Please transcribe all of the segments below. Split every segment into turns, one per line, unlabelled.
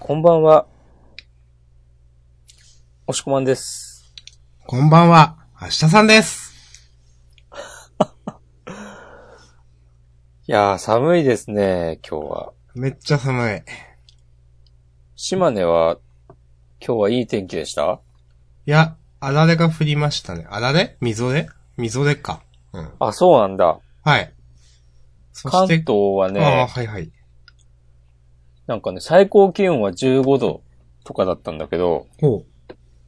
こんばんは。おしこまんです。
こんばんは、明日さんです。
いやー、寒いですね、今日は。
めっちゃ寒い。い
島根は、今日はいい天気でした
や、あられが降りましたね。あられみぞれみぞれか。うん。
あ、そうなんだ。
はい。そ
関東は
ああ、
ね、
はいはい。
なんかね、最高気温は15度とかだったんだけど、
ほ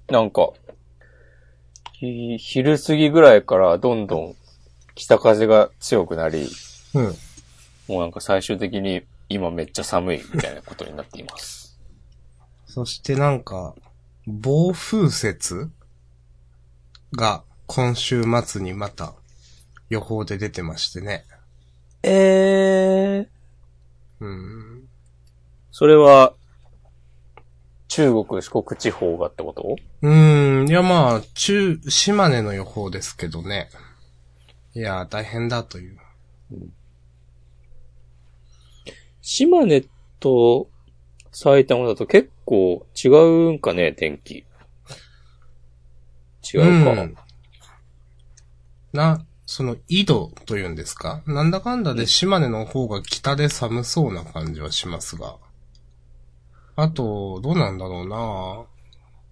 う。
なんか、ひ昼過ぎぐらいからどんどん北風が強くなり、
うん。
もうなんか最終的に今めっちゃ寒いみたいなことになっています。
そしてなんか、暴風雪が今週末にまた予報で出てましてね。
えー、
うん。
それは、中国、四国地方がってこと
うーん、いやまあ、中、島根の予報ですけどね。いや、大変だという。
島根と埼玉だと結構違うんかね、天気。違うか。
ん、な、その、緯度というんですかなんだかんだで島根の方が北で寒そうな感じはしますが。あと、どうなんだろ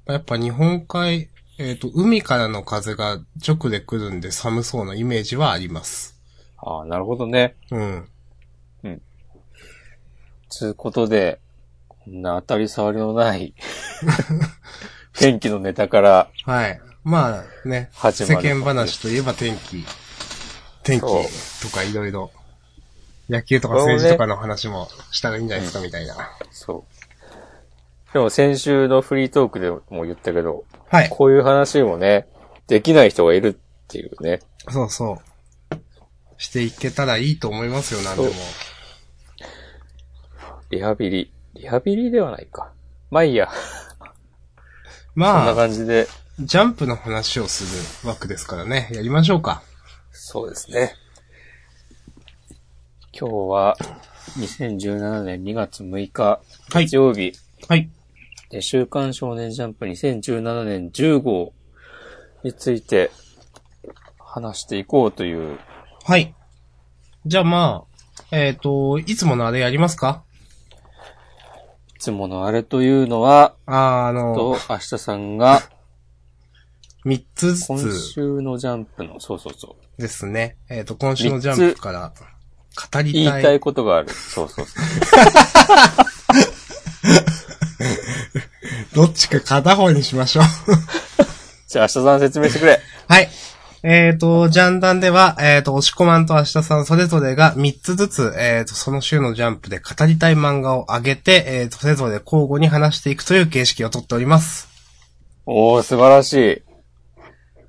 うなやっぱ日本海、えっ、と、海からの風が直で来るんで寒そうなイメージはあります。
ああ、なるほどね。
うん。
つうことで、こんな当たり障りのない 天気のネタから
はい。まあね、
始ま
世
る
間話といえば天気。天気
そう
とかいろいろ。野球とか政治とかの話もしたらいいんじゃないですか、みたいな。
そう。でも先週のフリートークでも言ったけど、
はい。
こういう話もね、できない人がいるっていうね。
そうそう。していけたらいいと思いますよ、なんでも
そ。リハビリ。リハビリではないか。まあいいや。そん
ま
な
あ、
感じで。
ジャンプの話をする枠ですからね。やりましょうか。
そうですね。今日は、2017年2月6日、
はい
日曜日、
はい。
で週刊少年ジャンプ2017年10号について話していこうという、
はい。じゃあまあ、えっ、と、いつものあれやりますか
いつものあれというのは、
あーあの
と、、明日さんが
三つず
今
つ
週のジャンプの、そうそうそう、
ですね。えっ、と、今週のジャンプから語りたい。
言いたいことがある。そうそうそう。
どっちか片方にしましょう。
じゃあ明日さん説明してくれ。
はい。えっ、と、ジャンダンでは、えっ、と、押し込まんと明日さんそれぞれが3つずつ、えっ、と、その週のジャンプで語りたい漫画を上げて、えっ、と、それぞれ交互に話していくという形式をとっております。
おー、素晴らしい。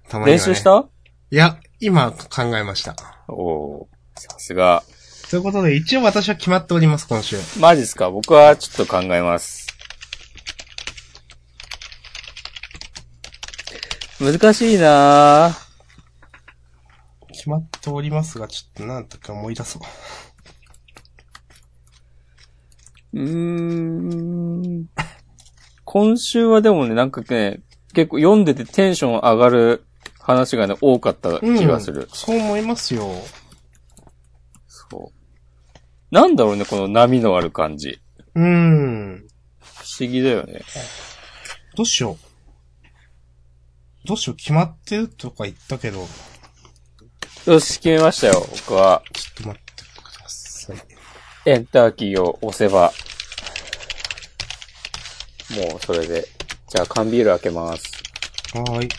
たまには、ね。
練習した
いや、今考えました。
おー、さすが。
ということで、一応私は決まっております、今週。
マジっすか僕はちょっと考えます。難しいなぁ。
決まっておりますが、ちょっとなんとか思い出そう。
うーん。今週はでもね、なんかね、結構読んでてテンション上がる話がね、多かった気がする。
うんそう思いますよ。
そう。なんだろうね、この波のある感じ。
うん。
不思議だよね。
どうしよう。どうしよう、決まってるとか言ったけど、
よし、決めましたよ、僕は。
ちょっと待ってください。
エンターキーを押せば、もうそれで。じゃあ缶ビール開けます。
はーい。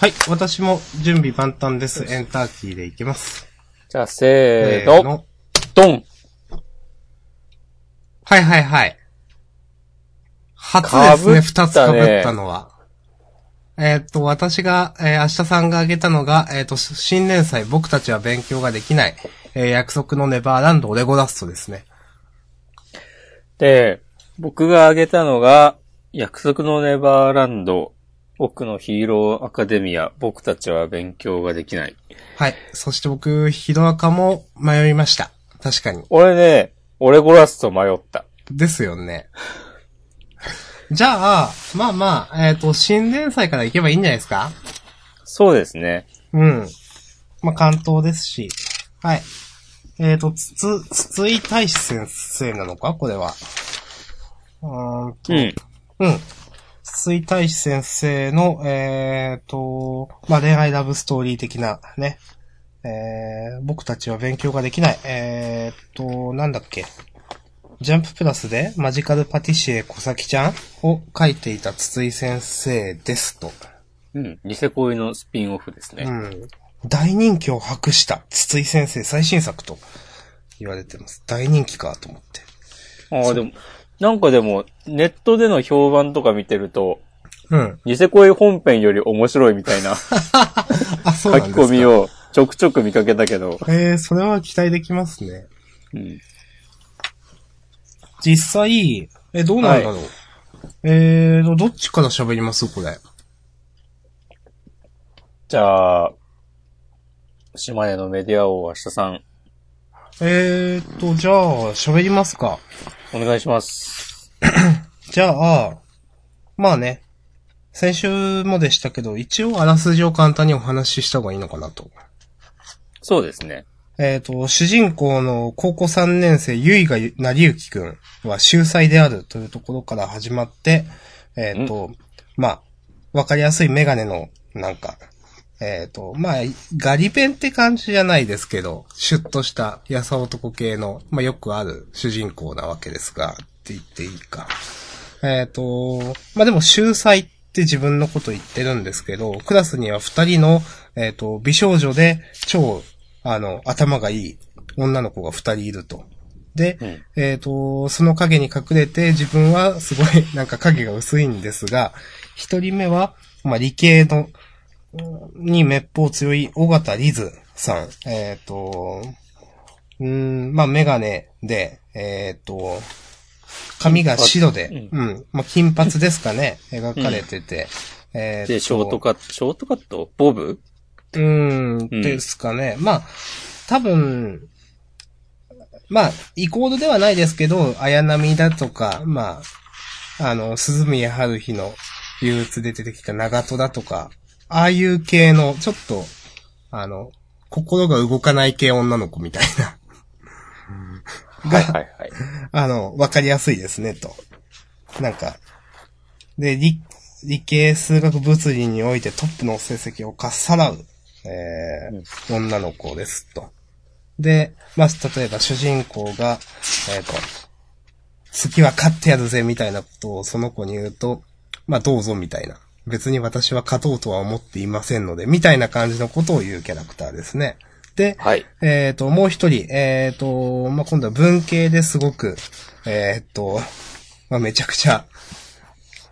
はい、私も準備万端です。エンターキーでいきます。
じゃあせーの、。ドン
はいはいはい。初ですね、
被ったね
二つ被ったのは。えーっと、私が、えー明日さんが挙げたのが、えーっと、新年祭、僕たちは勉強ができない。えー約束のネバーランド、オレゴダストですね。
で、僕が挙げたのが、約束のネバーランド、僕のヒーローアカデミア、僕たちは勉強ができない。
はい。そして僕、ヒロアカも迷いました。確かに。
俺ね、オレゴラスと迷った。
ですよね。じゃあ、まあまあ、えっ、と、新連載から行けばいいんじゃないですか
そうですね。
うん。まあ、関東ですし。はい。えっ、と、つつ、筒井大志先生なのかこれは。うーんと、
うん。
うん。筒井大志先生の、えっ、と、まあ、恋愛ラブストーリー的なね。えー、僕たちは勉強ができない。えっ、と、なんだっけ。ジャンププラスでマジカルパティシエ小崎ちゃんを書いていた筒井先生ですと。
うん。ニセ恋のスピンオフですね。
うん。大人気を博した筒井先生最新作と言われてます。大人気かと思って。
ああ、でも、なんかでも、ネットでの評判とか見てると、
うん。
ニセ恋本編より面白いみた いな書
あ、そ
き
うなんですか。
込みをちょくちょく見かけたけど、
えー、それは期待できますね。
うん、
実際、え、どうなんだろう。えーと、どっちから喋りますこれ。
じゃあ、島根のメディア王は下さん、
えーと、じゃあ、喋りますか。
お願いします。
じゃあ、まあね。先週もでしたけど、一応あらすじを簡単にお話しした方がいいのかなと。
そうですね。
えっ、と、主人公の高校3年生、ゆいがなりゆきくんは秀才であるというところから始まって、えっ、と、まあ、わかりやすいメガネの、なんか、えっ、と、まあ、ガリ弁って感じじゃないですけど、シュッとした、やさ男系の、まあ、よくある主人公なわけですが、って言っていいか。えっ、と、まあ、でも、秀才って自分のこと言ってるんですけど、クラスには二人の、えっ、と、美少女で、超、あの、頭がいい女の子が二人いると。で、
うん
えっ、と、その影に隠れて、自分はすごい、 なんか影が薄いんですが、一人目は、まあ、理系の、にめっぽう強い尾形リズさん。えっ、と、うーん、まあ、メガネで、えっ、と、髪が白で、うん、まあ、金髪ですかね、描かれてて。えーと
で、ショートカット、ショートカットボブ
うーん、
うん
ですかね。まあ、多分、まあ、イコールではないですけど、綾波だとか、まあ、あの、鈴宮春日の憂鬱で出てきた長戸だとか、ああいう系の、ちょっと、あの、心が動かない系女の子みたいな、
はいはいはい。
あの、わかりやすいですね、と。なんか、で、理、理系、数学、物理においてトップの成績をかっさらう、えー女の子です、と。で、まあ、例えば主人公が、えっ、と、好きは勝ってやるぜ、みたいなことをその子に言うと、まあ、どうぞ、みたいな。別に私は勝とうとは思っていませんので、みたいな感じのことを言うキャラクターですね。で、
はい。
えっ、と、もう一人、えっ、と、まあ、今度は文系ですごく、えっ、と、まあ、めちゃくちゃ、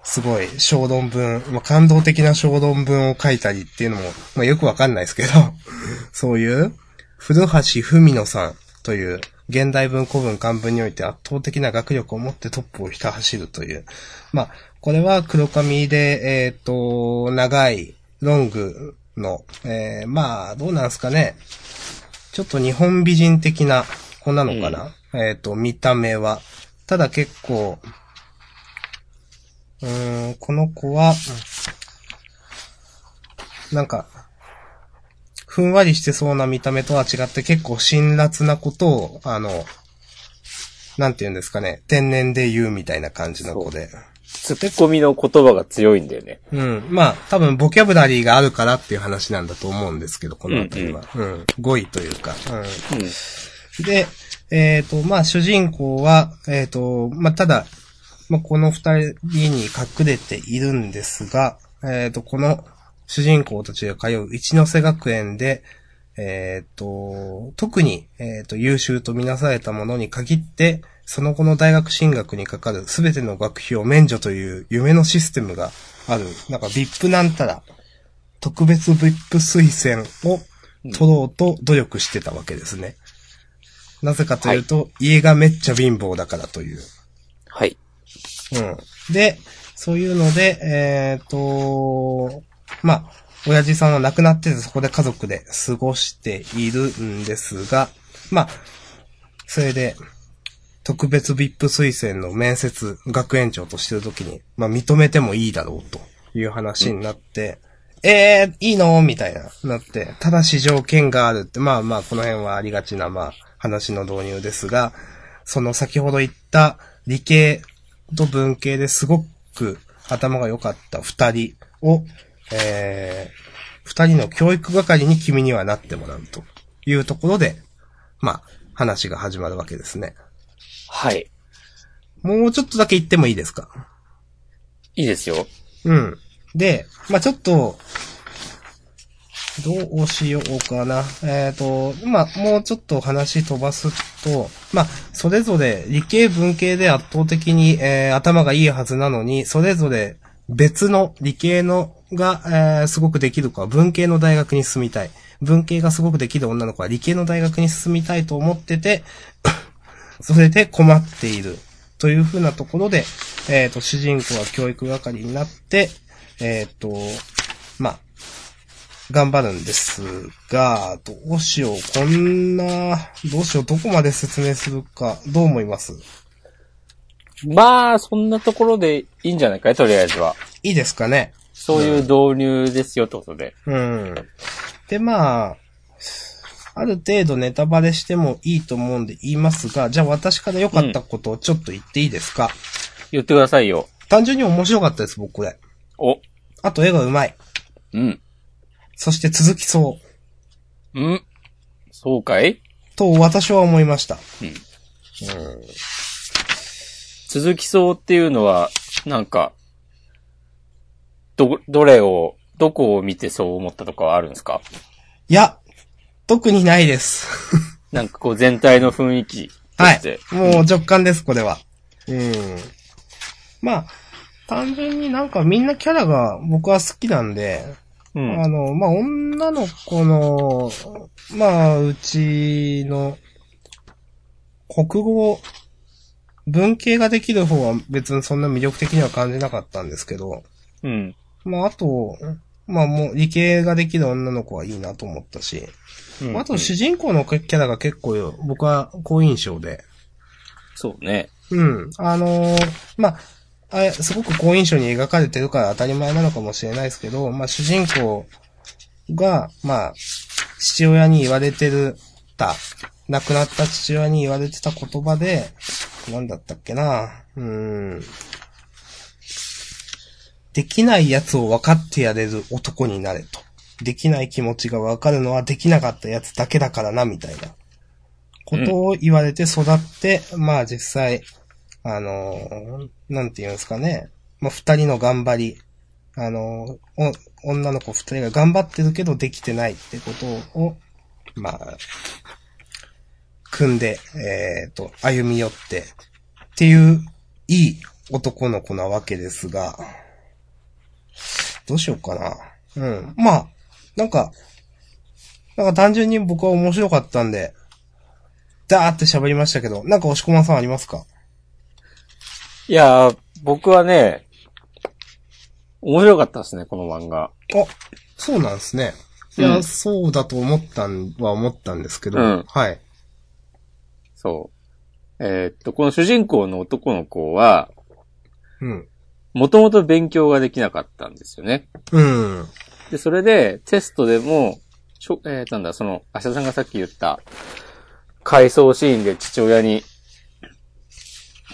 すごい、小論文、まあ、感動的な小論文を書いたりっていうのも、まあ、よくわかんないですけど、 そういう、古橋文野さんという、現代文古文漢文において圧倒的な学力を持ってトップをひた走るという。まあ、これは黒髪で、えっ、と、長い、ロングの、えー、まあ、どうなんすかね。ちょっと日本美人的な子なのかな、えっ、と、見た目は。ただ結構、うーん、この子は、なんか、ふんわりしてそうな見た目とは違って結構辛辣なことを、あの、なんて言うんですかね、天然で言うみたいな感じの子で。
ツッコミの言葉が強いんだよね。
うん。まあ、多分ボキャブラリーがあるからっていう話なんだと思うんですけど、この辺りは。うん、語彙というか。う
うん。
ん。で、えっ、と、まあ、主人公は、えっ、と、まあ、ただ、まあ、この二人に隠れているんですが、えっ、と、この主人公たちが通う一ノ瀬学園で、えっ、と、特に、えっ、と、優秀とみなされたものに限って、その後の大学進学にかかる全ての学費を免除という夢のシステムがある、なんか VIP なんたら、特別 VIP 推薦を取ろうと努力してたわけですね。なぜかというと、家がめっちゃ貧乏だからという。
はい。
うん。で、そういうので、えっ、と、まあ、親父さんは亡くなっててそこで家族で過ごしているんですが、まあ、それで、特別 VIP 推薦の面接、学園長としてるときに、まあ認めてもいいだろうという話になって、えー、いいのみたいな、なって、ただし条件があるって、まあまあこの辺はありがちな、まあ話の導入ですが、その先ほど言った理系と文系ですごく頭が良かった二人を、えー、二人の教育係に君にはなってもらうというところで、まあ、話が始まるわけですね。
はい。
もうちょっとだけ言ってもいいですか
いいですよ。
うん。で、まあちょっと、どうしようかな。えっ、と、まあもうちょっと話飛ばすと、まあそれぞれ理系文系で圧倒的に、えー頭がいいはずなのに、それぞれ別の理系のが、えーすごくできる子は文系の大学に進みたい。文系がすごくできる女の子は理系の大学に進みたいと思ってて、それで困っている。というふうなところで、えっ、と、主人公は教育係になって、えっ、と、まあ、頑張るんですが、どうしよう、こんな、どうしよう、どこまで説明するか、どう思います
まあ、そんなところでいいんじゃないかいとりあえずは。
いいですかね
そういう導入ですよってことで。
うん。で、まあ、ある程度ネタバレしてもいいと思うんで言いますが、じゃあ私から良かったことをちょっと言っていいですか、
言ってくださいよ。
単純に面白かったです、僕これ。
お。
あと絵がうまい。
うん。
そして続きそう。
うん。そうかい
と私は思いました。
うん。続きそうっていうのは、なんか、ど、どれを、どこを見てそう思ったとかはあるんですか
いや、特にないです。
なんかこう全体の雰囲気と
は
して
い。。もう直感です、これは。うん。まあ、単純になんかみんなキャラが僕は好きなんで、
うん
あ。の、まあ、女の子の、まあ、うちの、国語、文系ができる方は別にそんな魅力的には感じなかったんですけど、
うん。
まあ、あと、まあもう理系ができる女の子はいいなと思ったし、
うん
あと主人公のキャラが結構よ僕は好印象で、
そうね。
うん、あのーまあ、あれすごく好印象に描かれてるから当たり前なのかもしれないですけど、まあ主人公が、まあ、父親に言われてる、た、亡くなった父親に言われてた言葉で、なんだったっけな、うーん。できないやつを分かってやれる男になれと。できない気持ちが分かるのはできなかったやつだけだからな、みたいな。ことを言われて育って、まあ実際、あのーなんて言うんですかね。まあ二人の頑張り、あのーお女の子二人が頑張ってるけどできてないってことを、まあ、組んで、えっ、と、歩み寄って、っていう、いい男の子なわけですが、どうしようかな。うん。まあ、なんか、なんか単純に僕は面白かったんで、ダーって喋りましたけど、なんか押し込まさんありますか
いやー、僕はね、面白かったですね、この漫画。
あ、そうなんですね。いや、
うん
そうだと思ったんは思ったんですけど、
うん
はい。
そう。えーっと、この主人公の男の子は、
うん。
もともと勉強ができなかったんですよね。
うん。
で、それで、テストでも、しょえー、なんだ、その、明日さんがさっき言った、回想シーンで父親に、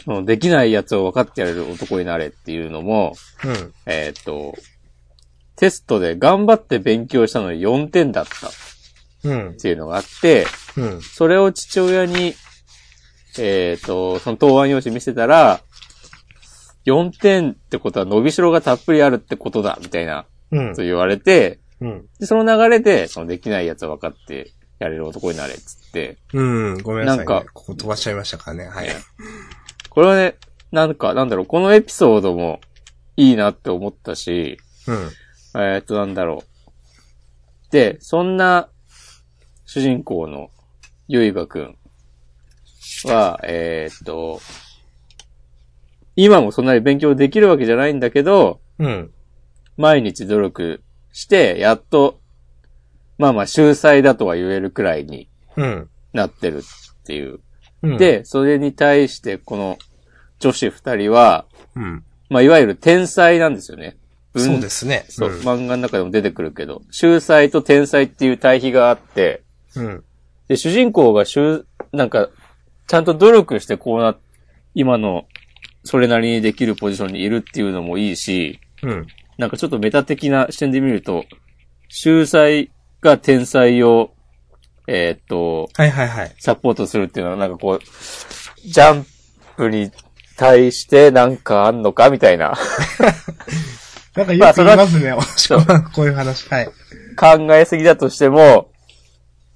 そのできないやつを分かってやれる男になれっていうのも、
うん。
えーっと、テストで頑張って勉強したのに4点だったっ
うん。
ていうのがあって、
うん。
それを父親に、えーっと、その答案用紙見せたら、4点ってことは伸びしろがたっぷりあるってことだ、みたいな、
うん
と。言われて、
うん。
で、その流れで、そのできないやつは分かってやれる男になれっつって、
うん。ごめんなさい、ね。
なんか
ここ飛ばしちゃいましたからね。はい。
これはね、なんか、なんだろう、このエピソードもいいなって思ったし、
うん。
えーっと、なんだろう。で、そんな主人公のゆいばくんは、えーっと、今もそんなに勉強できるわけじゃないんだけど、
うん。
毎日努力して、やっと、まあまあ、秀才だとは言えるくらいに
うん。
なってるっていう
うん、
で、それに対して、この女子二人は、
うん。
まあ、いわゆる天才なんですよね。文
そうですね。
そう、
うん
漫画の中でも出てくるけど、秀才と天才っていう対比があって、
うん。
で、主人公が秀、なんか、ちゃんと努力してこうな、今の、それなりにできるポジションにいるっていうのもいいし、
うん。
なんかちょっとメタ的な視点で見ると、秀才が天才を、えーっと、
はいはいはい。
サポートするっていうのは、なんかこう、ジャンプに対してなんかあんのかみたいな
なんか
ま
よ
あ
く
そ
言
れは
いますね、お しこまんこういう話。はい。
考えすぎだとしても、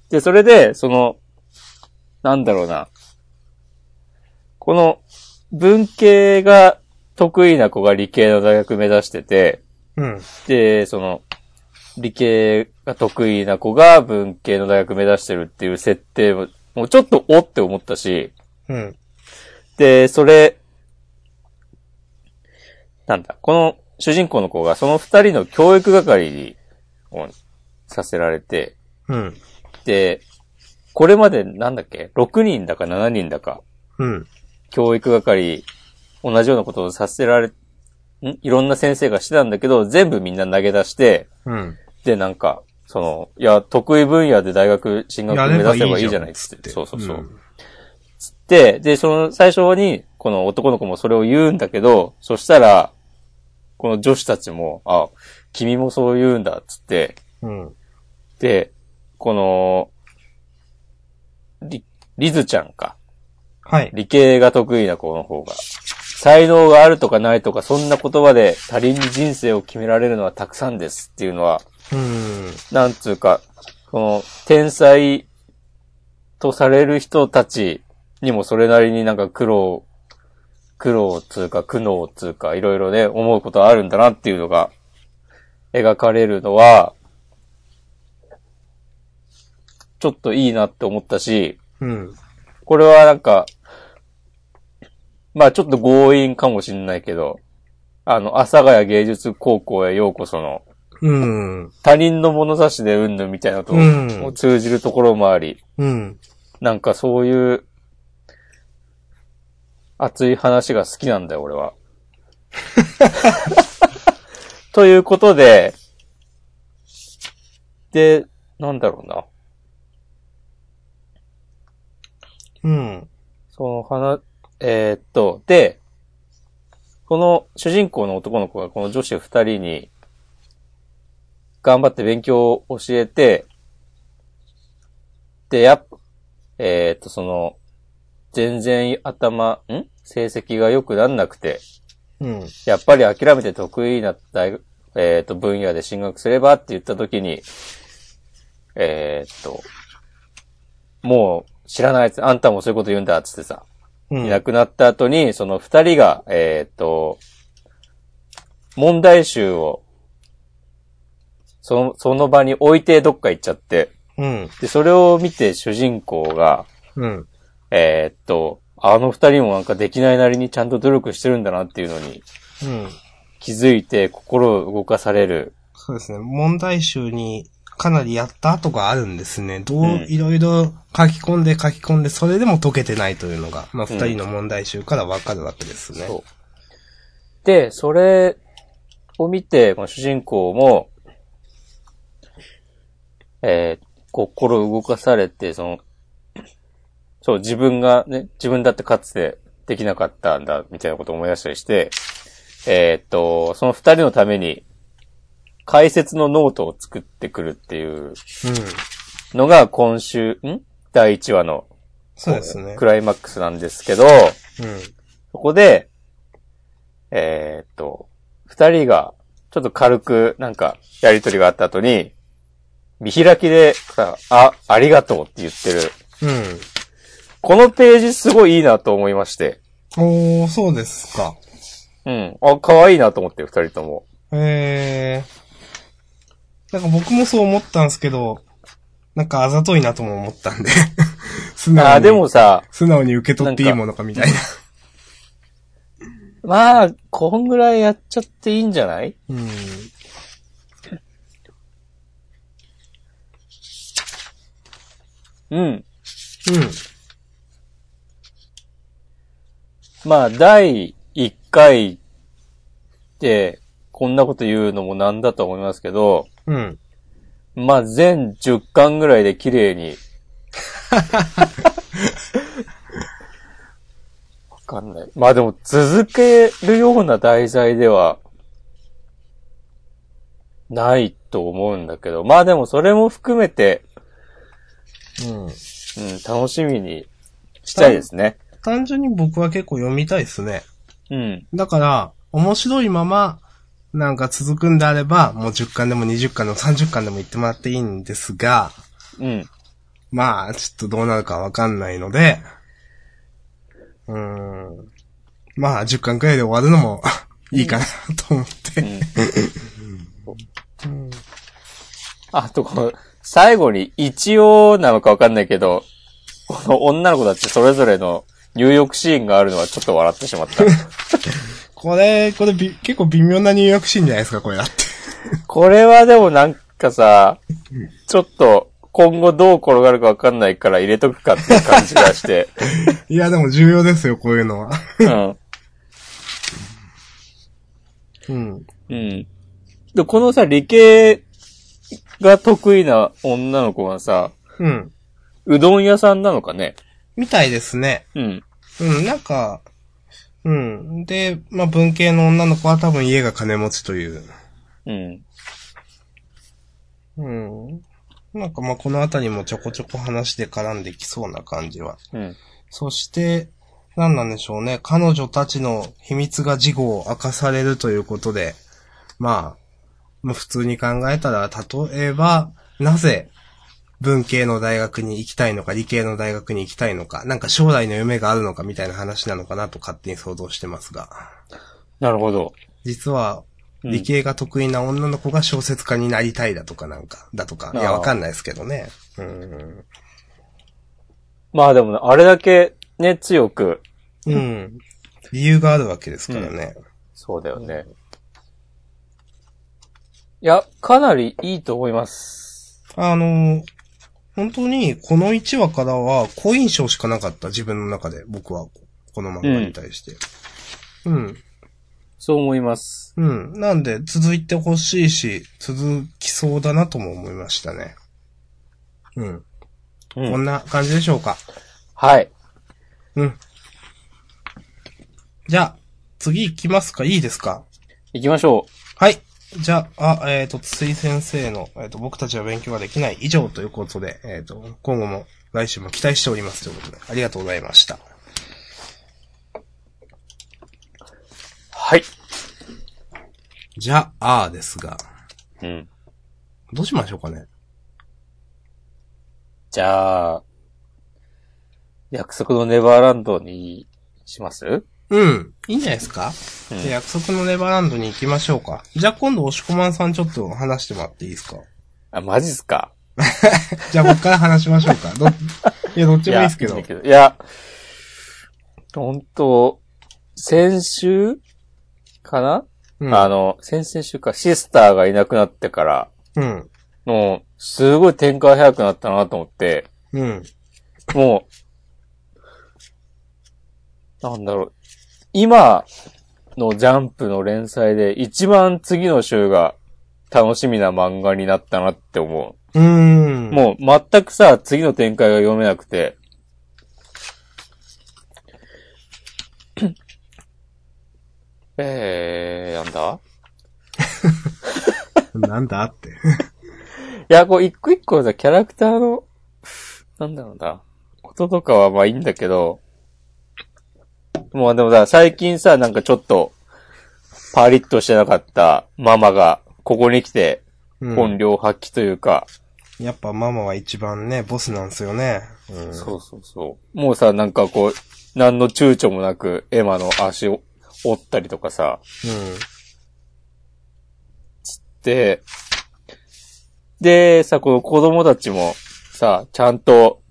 で、それで、その、なんだろうな。この、文系が得意な子が理系の大学目指してて、
うん。
で、その、理系が得意な子が文系の大学目指してるっていう設定も、もうちょっとおって思ったし、
うん。
で、それ、なんだ、この主人公の子がその二人の教育係にをさせられて、
うん。
で、これまでなんだっけ ?6 人だか7人だか、
うん。
教育係、同じようなことをさせられ、んいろんな先生がしてたんだけど、全部みんな投げ出して、
うん。
で、なんか、その、いや、得意分野で大学進学目指せばいいじゃないっつ
つ
って。そうそうそう。で、で、その最初に、この男の子もそれを言うんだけど、そしたら、この女子たちも、あ、君もそう言うんだ、っつって、
うん。うん。
で、この、り、りずちゃんか。
はい。
理系が得意な子の方が。才能があるとかないとか、そんな言葉で他人に人生を決められるのはたくさんですっていうのは、
うん。
なんつうか、この、天才とされる人たちにもそれなりになんか苦労、苦労つうか苦悩つうか、いろいろね、思うことあるんだなっていうのが、描かれるのは、ちょっといいなって思ったし、
うん。
これはなんか、まあちょっと強引かもしんないけど、あの、阿佐ヶ谷芸術高校へようこその、
うん。
他人の物差しでうんぬんみたいなと
うん
も通じるところもあり、
うん。
なんかそういう熱い話が好きなんだよ、俺 は。ということで、で、なんだろうな。
うん。
その話、えーっと、で、この主人公の男の子がこの女子二人に、頑張って勉強を教えて、で、やっ、えーっと、その、全然頭、ん成績が良くなんなくて、
うん。
やっぱり諦めて得意な大学、えーっと、分野で進学すればって言った時に、えーっと、もう知らないやつ、あんたもそういうこと言うんだっつってさ、
うん。
いなくなった後に、その二人が、えーっ、と、問題集を、その、その場に置いてどっか行っちゃって、
うん。
で、それを見て主人公が、
うん。
えーっ、と、あの二人もなんかできないなりにちゃんと努力してるんだなっていうのに
うん。
気づいて心を動かされる。
そうですね。問題集にかなりやった跡があるんですね。どう、
うん
いろいろ書き込んで書き込んで、それでも解けてないというのが、まあ、
うん
二人の問題集からわかるわけですね。
そうで、それを見て、まあ、主人公も、えー心を動かされて、その、そう、自分がね、自分だってかつてできなかったんだ、みたいなことを思い出したりして、えーっと、その二人のために、解説のノートを作ってくるっていう
うん。
のが今週、ん第1話の
そうですね
ク。ライマックスなんですけど、
うん。
そこで、えーっと、二人が、ちょっと軽く、なんか、やりとりがあった後に、見開きでさ、あ、ありがとうって言ってる。
うん。
このページすごいいいなと思いまして。
おー、そうですか。
うん。あ、可愛いなと思って、二人とも。
えー。なんか僕もそう思ったんですけど、なんかあざといなとも思ったんで。 素直に。
あ、でも、さ、
素直に受け取っていいものかみたいな。
まあ、こんぐらいやっちゃっていいんじゃない
うん。
うん。
うん。
まあ、第1回って、こんなこと言うのもなんだと思いますけど、
うん。
まあ、全10巻ぐらいで綺麗 に。わかんない。まあでも、続けるような題材では、ないと思うんだけど、まあでもそれも含めて、
う
う
ん。
ん、楽しみにしたいですね。
単純に僕は結構読みたいですね。
うん。
だから、面白いまま、なんか続くんであれば、もう10巻でも20巻でも30巻でも言ってもらっていいんですが、
うん。
まあ、ちょっとどうなるかわかんないので、うーん。まあ、10巻くらいで終わるのもいいかなと思って。うん
あと、この、最後に一応なのかわかんないけど、この女の子たちそれぞれの入浴シーンがあるのはちょっと笑ってしまった。
これ、これび、結構微妙な入浴シーンじゃないですか、これだって。
これはでもなんかさ、ちょっと今後どう転がるかわかんないから入れとくかっていう感じが して。
いや、でも重要ですよ、こういうのは。
うん。
うん。
うん。で、このさ、理系が得意な女の子がさ、
うん。
うどん屋さんなのかね。
みたいですね。
うん。
うん、なんか、うん。で、まあ、文系の女の子は多分家が金持ちという。
うん。
うん。なんかまあ、このあたりもちょこちょこ話で絡んできそうな感じは。
うん。
そして、何なんでしょうね。彼女たちの秘密が事後を明かされるということで、まあ、まあ普通に考えたら、例えば、なぜ、文系の大学に行きたいのか、理系の大学に行きたいのか、なんか将来の夢があるのかみたいな話なのかなと勝手に想像してますが。
なるほど。
実は、
うん
理系が得意な女の子が小説家になりたいだとかなんか、だとか。い
あ
や、
あ
わかんないですけどね。うん。
まあでもね、あれだけね、強く。
うん。理由があるわけですからね。
そうだよね。いや、かなりいいと思います。
あの、本当に、この1話からは、好印象しかなかった、自分の中で、僕は、この漫画に対して。うん。
そう思います。
うん。なんで、続いてほしいし、続きそうだなとも思いましたね。うん。
うん
こんな感じでしょうか。
はい。
うん。じゃあ、次行きますかいいですか
行きましょ
はい。じゃあ、あえっ、と、筒井先生の、えっ、と、僕たちは勉強ができない以上ということで、えっ、と、今後も、来週も期待しておりますということで、ありがとうございました。
う。はい。
じゃあ、あーですが、
うん。
どうしましょうかね
じゃあ、約束のネバーランドにします
うん。いいんじゃないですか、
うん
で約束のネバーランドに行きましょうか。じゃあ、今度、押しこまんさんちょっと話してもらっていいですか
あ、マジっすか
じゃあ、僕から話しましょうか。ど、いや、どっちもいいですけど。
いや、いや本当先週かな、
うん。
あの、先々週か、シスターがいなくなってから、
うん。
もう、すごい展開早くなったなと思って、
うん。
もう、なんだろう、今のジャンプの連載で一番次の週が楽しみな漫画になったなって思
うー
う。
ん。
もう全くさ、次の展開が読めなくて、えー、なんだ
なんだって。
いや、こう、一個一個さ、キャラクターの、なんだろうな、こととかはまあいいんだけど、もうでもさ、最近さ、なんかちょっと、パリッとしてなかったママが、ここに来て、
うん
本領発揮というか、
やっぱママは一番ね、ボスなんですよね。うん。
そうそうそう。もうさ、なんかこう、何の躊躇もなく、エマの足を折ったりとかさ、で、で、さ、この子供たちも、さ、ちゃんと、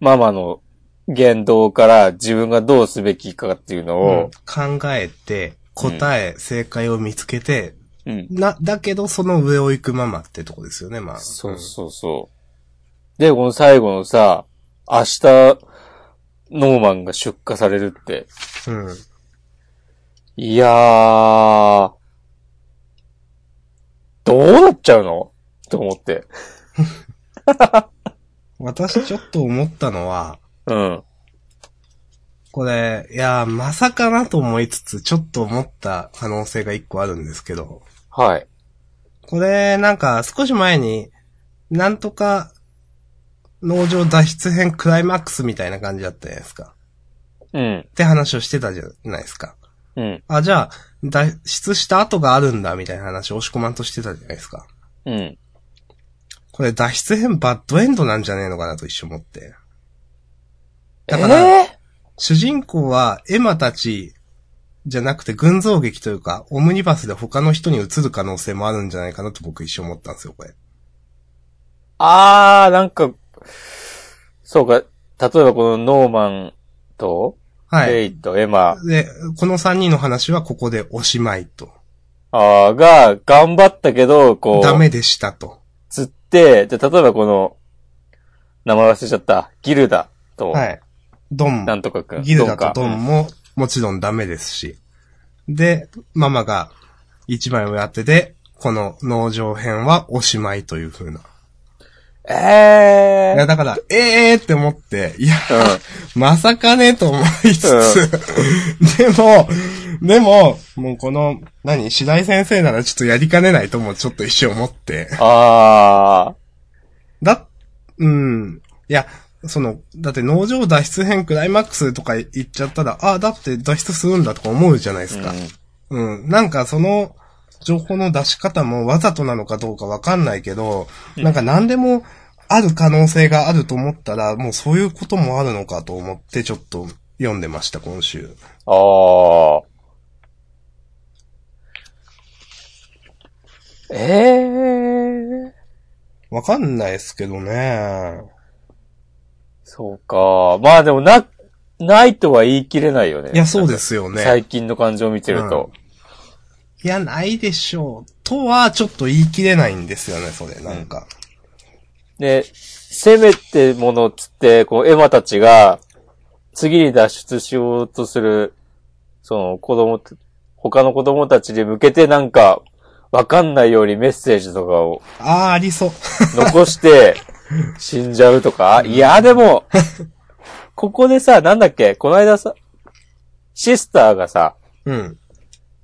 ママの言動から自分がどうすべきかっていうの
うん
を、
考えて、答え、正解を見つけて、
うん。
な、だけどその上を行くママってとこですよね、まあ。
そうそうそう。で、この最後のさ、明日、ノーマンが出荷されるって。
うん。
いやー、どうなっちゃうのと思って。
私ちょっと思ったのは、
うん。
これ、いやー、まさかなと思いつつ、ちょっと思った可能性が一個あるんですけど、
はい。
これ、なんか、少し前に、なんとか、農場脱出編クライマックスみたいな感じだったじゃないですか。
うん
っ。て話をしてたじゃないですか。
うん。
あ、じゃあ、脱出した後があるんだ、みたいな話を押し込まんとしてたじゃないですか。
うん。
これ、脱出編バッドエンドなんじゃねえのかなと一瞬思って。だから
え
主人公はエマたちじゃなくて群像劇というか、オムニバスで他の人に移る可能性もあるんじゃないかなと僕一瞬思ったんですよ、これ。
ー、あー、なんか、そうか、例えばこのノーマンと、
は
レ
い。
イとエマ、
で、この3人の話はここでおしまいと。
あーが、頑張ったけど、こう、
ダメでしたと。
釣って、で、例えばこの、名前忘れちゃった、ギルダと、
はい。ドン
な、んとかくん。
ギルダとド
ドンか
ンももちろんダメですし。で、ママが一枚をやってて、この農場編はおしまいという風な。
え
い
ー
や、。だから、ええーって思って、いや、
う
まさかねと思いつつ、 でも、でも、もうこの、何、白井先生ならちょっとやりかねないともちょっと一瞬思って。
ん。あ
だ、うん。いや、その、だって農場脱出編クライマックスとか言っちゃったら、ああ、だって脱出するんだとか思うじゃないですか。
ー。
うん。なんかその、情報の出し方もわざとなのかどうかわかんないけど、なんか何でもある可能性があると思ったら、もうそういうこともあるのかと思ってちょっと読んでました、今週。
ああ。ええー。
わかんないですけどね。
そうか。まあでもな、ないとは言い切れないよね。
いや、そうですよね。
最近の感じを見てると。
いや、ないでしょう。とは、ちょっと言い切れないんですよね、それ、なんか。
で、せめてものっつって、こう、エマたちが、次に脱出しようとする、その、子供た、他の子供たちに向けてなんか、わかんないようにメッセージとかを
ああ、ありそう。
残 して、死んじゃうとか。いや、でも、ここでさ、なんだっけ、この間さ、シスターがさ、
うん。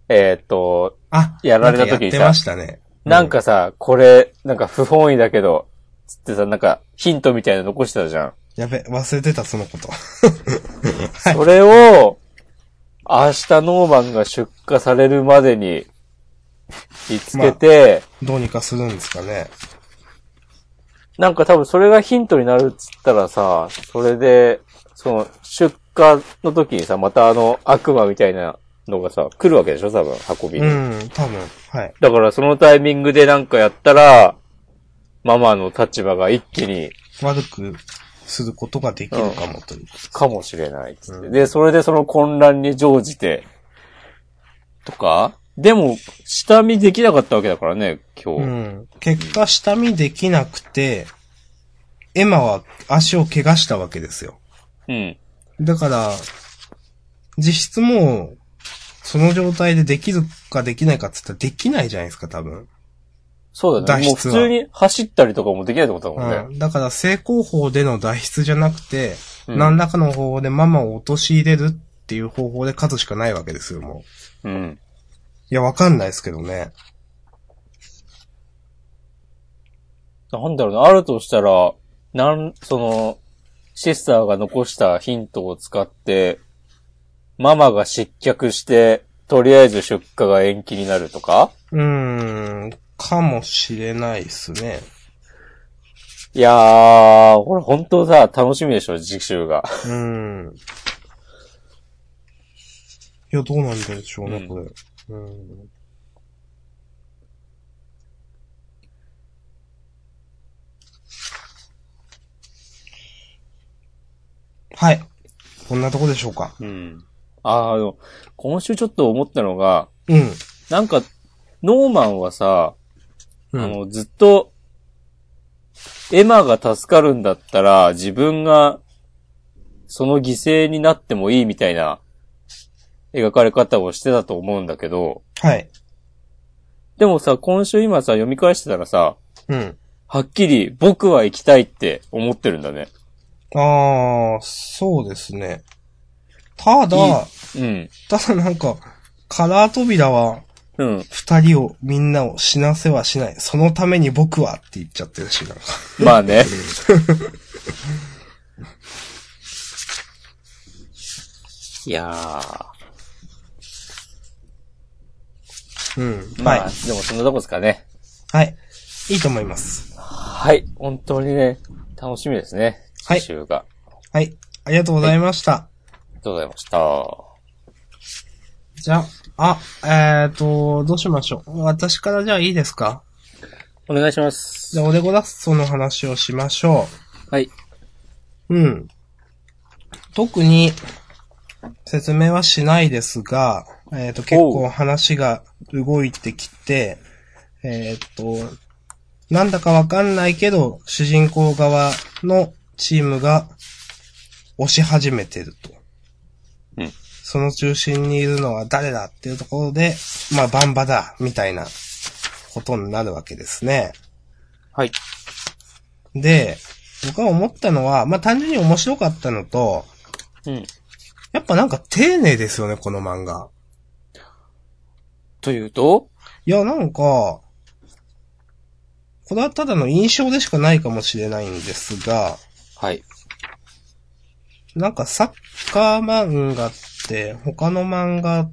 えーっ、と、
あ、
やられた時
なん
にさ
かやってましたね。
なんかさ、これ、なんか不本意だけど、つってさ、なんかヒントみたいなの残してたじゃん。
やべ、忘れてた、そのこと。
それを、明日ノーマンが出荷されるまでに、見つけて、
どうにかするんですかね。
なんか多分それがヒントになるっつったらさ、それで、その、出荷の時にさ、またあの、悪魔みたいなのがさ、来るわけでしょ多分、運びに。
うん、多分。はい。
だからそのタイミングでなんかやったら、ママの立場が一気に、
悪くすることができるかもという。
かもしれないっつって、で、それでその混乱に乗じて、とかでも、下見できなかったわけだからね、今日。
うん。結果、下見できなくて、エマは足を怪我したわけですよ。
うん。
だから、実質もう、その状態でできるかできないかって言ったらできないじゃないですか、多分。
そうだね。もう
脱
普
出は
通に走ったりとかもできないってことだもんね。
うん。だから、正攻法での脱出じゃなくて、
うん
何らかの方法でママを陥れるっていう方法で勝つしかないわけですよ、もう。
うん。
いや、わかんないですけどね。
なんだろうな、あるとしたら、なん、その、シスターが残したヒントを使って、ママが失脚して、とりあえず出荷が延期になるとか
うーん、かもしれないですね。
いやー、これ本当さ、楽しみでしょ、次週が。
うーん。いや、どうなんでしょう
う
ね、
ん
これ。うん。はい。こんなとこでしょうか。
うん。あーあの、今週ちょっと思ったのが、
うん。
なんか、ノーマンはさ、
うん
あの、ずっと、エマが助かるんだったら、自分がその犠牲になってもいいみたいな描かれ方をしてたと思うんだけど、
はい。
でもさ、今週今さ、読み返してたらさ、
うん。
はっきり僕は行きたいって思ってるんだね。
ああ、そうですね。ただ、
うん。
ただなんか、カラー扉は、
うん。
二人を、みんなを死なせはしない。そのために僕はって言っちゃってるし、なんか。
まあね。 いやー。
うん。
ま
は
あ、
い。
でもそんなとこですかね。
はい。いいと思います。
はい。本当にね、楽しみですね。
はい
次週が。
はい。ありがとうございました。
ありがとうございました。
じゃあ、あ、えっ、ー、と、どうしましょう。私からじゃあいいですか
お願いします。
じゃあ、オレゴダッソの話をしましょ
はい。
う。うん。特に、説明はしないですが、えっ、と、結
お
構
う
話が動いてきて、えっ、と、なんだかわかんないけど、主人公側のチームが押し始めてると。
うん
その中心にいるのは誰だっていうところで、まあ、バンバだ、みたいなことになるわけですね。
はい。
で、僕は思ったのは、まあ、単純に面白かったのと、
うん。
やっぱなんか丁寧ですよね、この漫画。
というと
いや、なんか、これはただの印象でしかないかもしれないんですが、
はい。
なんかサッカー漫画って、他の漫画っ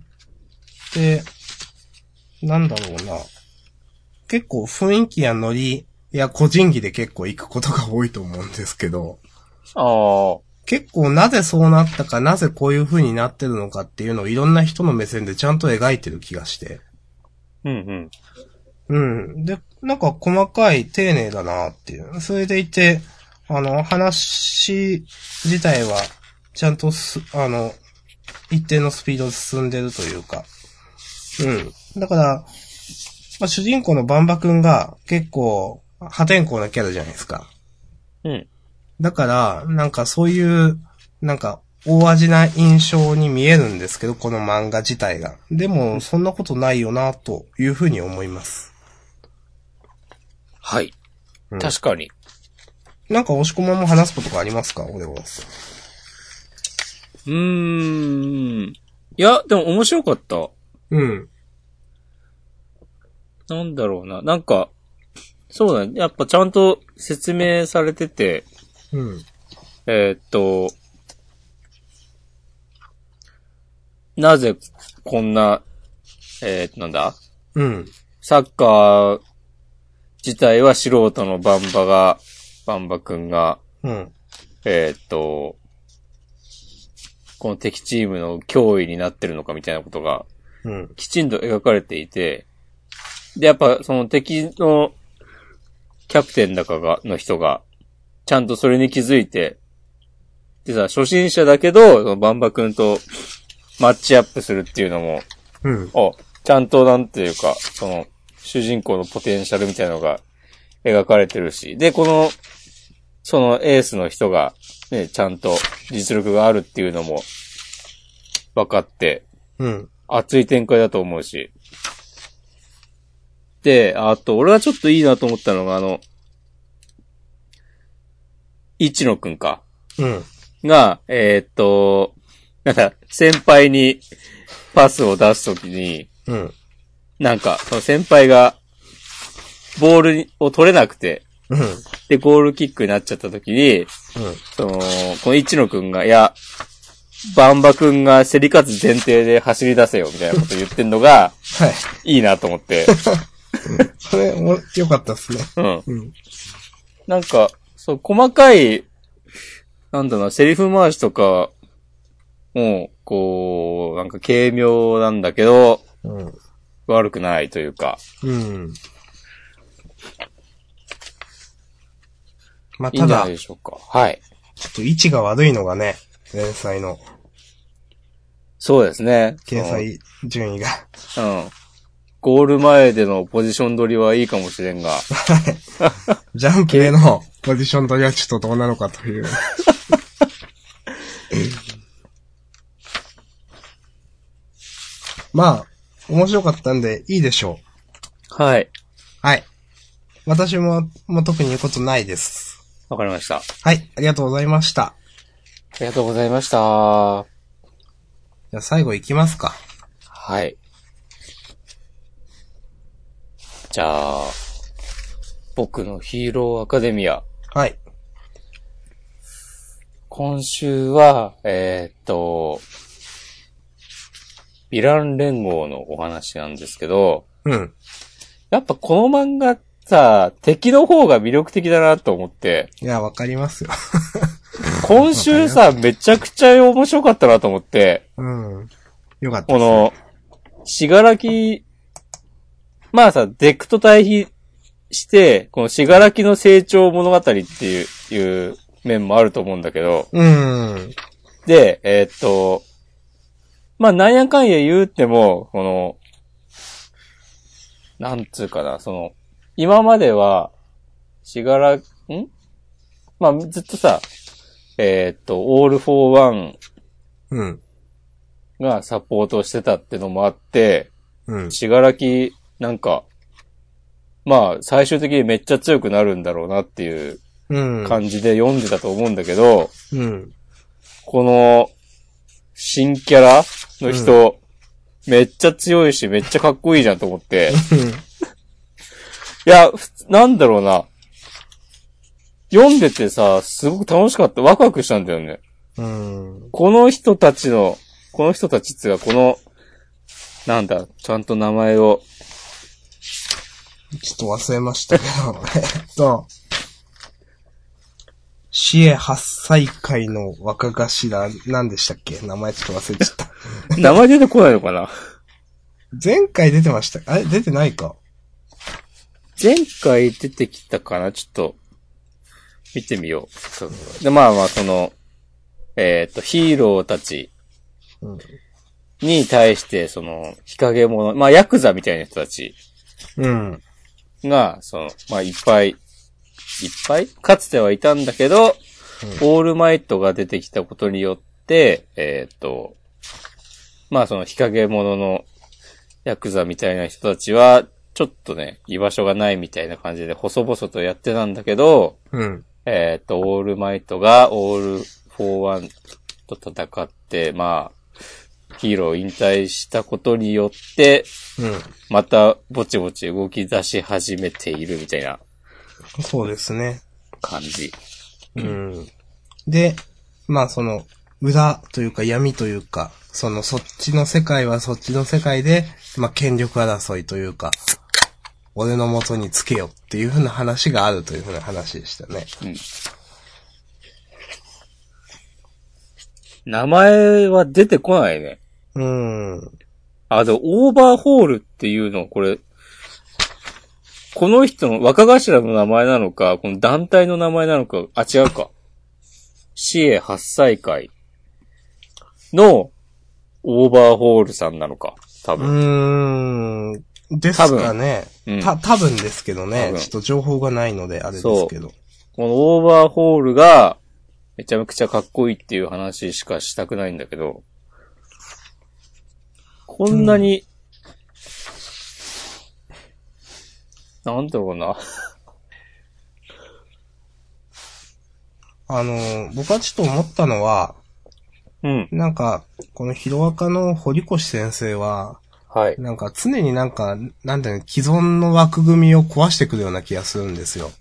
て、なんだろうな。結構雰囲気やノリ、いや、個人技で結構行くことが多いと思うんですけど、
ああ。
結構なぜそうなったか、なぜこういう風になってるのかっていうのをいろんな人の目線でちゃんと描いてる気がして。
うん
うん。で、なんか細かい丁寧だなっていう。それでいて、あの、話自体は、ちゃんとす、あの、一定のスピードで進んでるというか。うん。だから、まあ、主人公のバンバ君が結構破天荒なキャラじゃないですか。
うん。うん。
だから、なんかそういう、なんか、大味な印象に見えるんですけど、この漫画自体が。でも、そんなことないよな、というふうに思います。
はい。
うん
確かに。
なんか、押し込まんも話すことがありますか俺は。
うーん。いや、でも面白かった。
うん。
なんだろうな。なんか、そうだね。やっぱちゃんと説明されてて、
うん。
えーっと、なぜこんな、えーっと、なんだ
うん。
サッカー自体は素人のバンバが、バンバくんが、
うん。
えーっと、この敵チームの脅威になってるのかみたいなことが
うん。
きちんと描かれていて、で、やっぱその敵のキャプテンだかが、の人が、ちゃんとそれに気づいて、でさ、初心者だけど、そのバンバ君とマッチアップするっていうのも、
うん。
あ、ちゃんとなんていうか、その、主人公のポテンシャルみたいなのが描かれてるし、で、この、そのエースの人が、ね、ちゃんと実力があるっていうのも、分かって、
うん。
熱い展開だと思うし。で、あと、俺がちょっといいなと思ったのが、あの、一野くんか。
うん。
が、えーっと、なんか、先輩にパスを出すときに、
うん。
なんか、その先輩が、ボールを取れなくて、
うん。
で、ゴールキックになっちゃったときに、その、この一野くんが、いや、バンバくんが競り勝つ前提で走り出せよ、みたいなこと言ってんのが、
はい。
いいなと思って。
それ、およかったですね。
うん。
うん。
なんか、そう、細かい、なんだろうな、セリフ回しとか、もう、こう、なんか軽妙なんだけど、
うん。
悪くないというか。
うん。まあ、
いい
た
んじゃ
だ
ない、でしょうか。はい。
ちょっと位置が悪いのがね、連載の
そうですね。
掲載順位が。
その。うん。ゴール前でのポジション取りはいいかもしれんが。
ジャンプへのポジション取りはちょっとどうなのかという。 まあ、面白かったんでいいでしょ
はい。
う。はい。私も、もう特に言うことないです。
わかりました。あ
はい、ありがとうございました。
りがとうございました。は
じゃあ最後行きますか。
い。じゃあ、僕のヒーローアカデミア。
はい。
今週は、えーっと、ヴィラン連合のお話なんですけど、
うん。
やっぱこの漫画さ、敵の方が魅力的だなと思って、
いや、わかりますよ。
今週さ、めちゃくちゃ面白かったなと思って、
うん。よかった
こ
ですね。
の、しがらき、まあさ、デクと対比して、このしがらきの成長物語っていう、いう面もあると思うんだけど、
うん。
で、えーっと、まあ、なんやかんや言うても、この、なんつうかな、その、今までは、しがら、んまあ、ずっとさ、えーっと、オールフォーワン
うん。
がサポートしてたってのもあって、
うん。
しがらき、なんか、まあ、最終的にめっちゃ強くなるんだろうなっていう
うん。
感じで読んでたと思うんだけど、
うん。
この、新キャラの人、めっちゃ強いし、めっちゃかっこいいじゃんと思って。いや、ふつなんだろうな。読んでてさ、すごく楽しかった。ワクワクしたんだよね。
うん。
この人たちの、この人たちっつうか、この、なんだ、ちゃんと名前を。
ちょっと忘れましたけど、えっと、市営八歳会の若頭、何でしたっけ名前ちょっと忘れちゃった。
名前出てこないのかな
前回出てましたあれ出てないか
前回出てきたかなちょっと、見てみよう。そうそうで、まあまあ、その、えっ、と、ヒーローたち
うん。
に対して、その、日陰者、まあ、ヤクザみたいな人たち
うん。
が、その、まあ、いっぱい、いっぱいかつてはいたんだけど、オールマイトが出てきたことによって、えっ、と、まあ、その日陰者のヤクザみたいな人たちは、ちょっとね、居場所がないみたいな感じで、細々とやってたんだけど、
うん。
えっ、と、オールマイトがオールフォーワンと戦って、まあ、ヒーローを引退したことによって、
うん。
またぼちぼち動き出し始めているみたいな
そうですね。
感じ。
うん。で、まあその、裏というか闇というか、そのそっちの世界はそっちの世界で、まあ権力争いというか、俺の元につけよっていうふうな話があるというふうな話でしたね。
名前は出てこないね。
うん。
あ、でも、オーバーホールっていうの、これ、この人の若頭の名前なのか、この団体の名前なのか、あ、違うか。市営八歳会のオーバーホールさんなのか、多
う
分。
ーん。ですかね。
うん
た、多分ですけど
多
ね。
分
ちょっと情報がないので、あれですけど。
このオーバーホールが、めちゃくちゃかっこいいっていう話しかしたくないんだけど、こんなに、なんだろうな。
あのー、僕はちょっと思ったのは、
うん。
なんか、このヒロアカの堀越先生は、
はい。
なんか常になんか、なんだろう、既存の枠組みを壊してくるような気がするんですよ。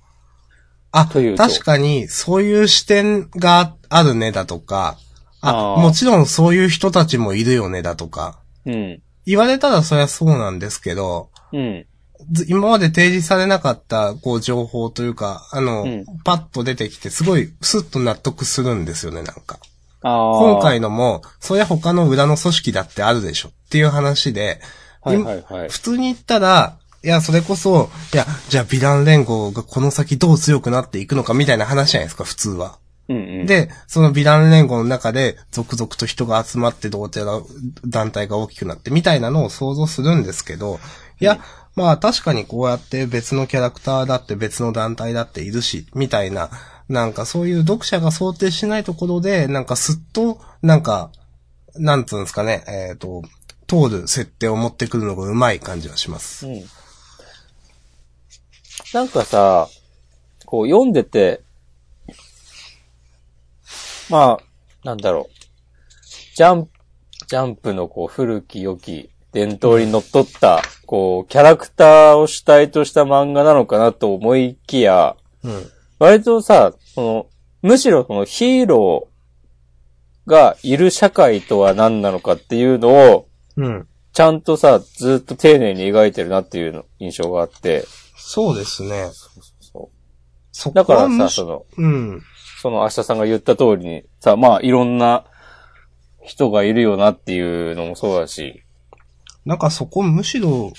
あ、
というと
確かに、そういう視点があるねだとか、あ
あー
もちろんそういう人たちもいるよねだとか、
うん。
言われたらそりゃそうなんですけど、
うん。
ず今まで提示されなかった、こう、情報というか、あの、
うん
パッと出てきて、すごい、スッと納得するんですよね、なんか。
ああ。
今回のも、そりゃ他の裏の組織だってあるでしょっていう話で、
はいはいはい。
普通に言ったら、いや、それこそ、いや、じゃあ、ヴィラン連合がこの先どう強くなっていくのかみたいな話じゃないですか、普通は。
うんうん。、
で、そのヴィラン連合の中で、続々と人が集まって、どうやら団体が大きくなって、みたいなのを想像するんですけど、いや、まあ確かにこうやって別のキャラクターだって別の団体だっているし、みたいな、なんかそういう読者が想定しないところで、なんかすっと、なんか、なんつうんですかね、えっ、と、通る設定を持ってくるのがうまい感じはします。
うん。なんかさ、こう読んでて、まあ、なんだろう。ジャンプ、ジャンプのこう古き良き伝統に則っった、こう、キャラクターを主体とした漫画なのかなと思いきや、
うん。
割とさ、その、むしろこのヒーローがいる社会とは何なのかっていうのを、
うん。
ちゃんとさ、ずっと丁寧に描いてるなっていうの印象があって、
そうですね。
そ
そう
だ
こ
か
は
ら
む
さ、
し
その、
うん。
その明日さんが言った通りに、さ、まあいろんな人がいるよなっていうのもそうだし、
なんかそこむしろ、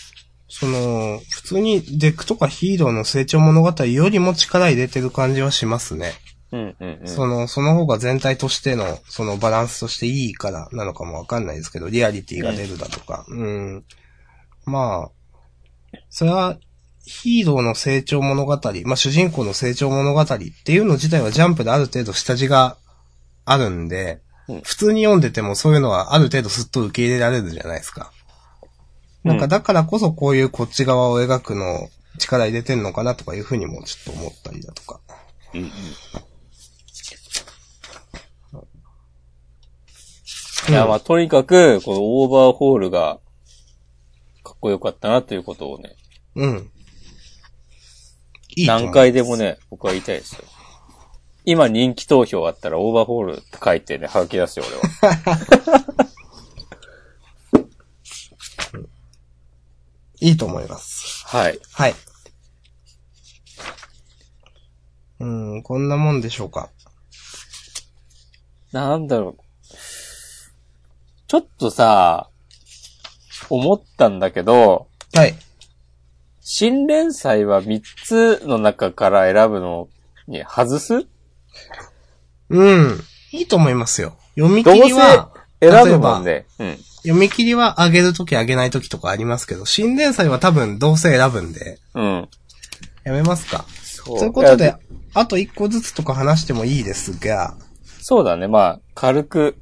その、普通にデックとかヒーローの成長物語よりも力入れてる感じはしますね。
うんうんうん。
その、その方が全体としての、そのバランスとしていいからなのかもわかんないですけど、リアリティが出るだとか。うん。まあ、それは、ヒーローの成長物語、まあ主人公の成長物語っていうの自体はジャンプである程度下地があるんで、
うん
普通に読んでてもそういうのはある程度すっと受け入れられるじゃないですか。なん
う
か
ん
だからこそこういうこっち側を描くのを力入れてんのかなとかいうふうにもちょっと思ったりだとか。
いや、まあとにかく、このオーバーホールが、かっこよかったなということをね、
うん。いいと思う
何回でもね、僕は言いたいですよ。今人気投票あったらオーバーホールって書いてね、吐き出す よ、俺は。
いいと思います。
はい。
はい。うん、こんなもんでしょうか。
なんだろう。ちょっとさ、思ったんだけど、
はい。
新連載は3つの中から選ぶのに外す
うん。いいと思いますよ。読み切
どうせ
りは、
選ぶもんね。うん。
読み切りは上げるとき上げないときとかありますけど、新連載は多分どうせ選ぶんで、
うん。
やめますか。
そ
ということ
い
で
や、
あと一個ずつとか話してもいいですが、
そうだね。まあ、軽く。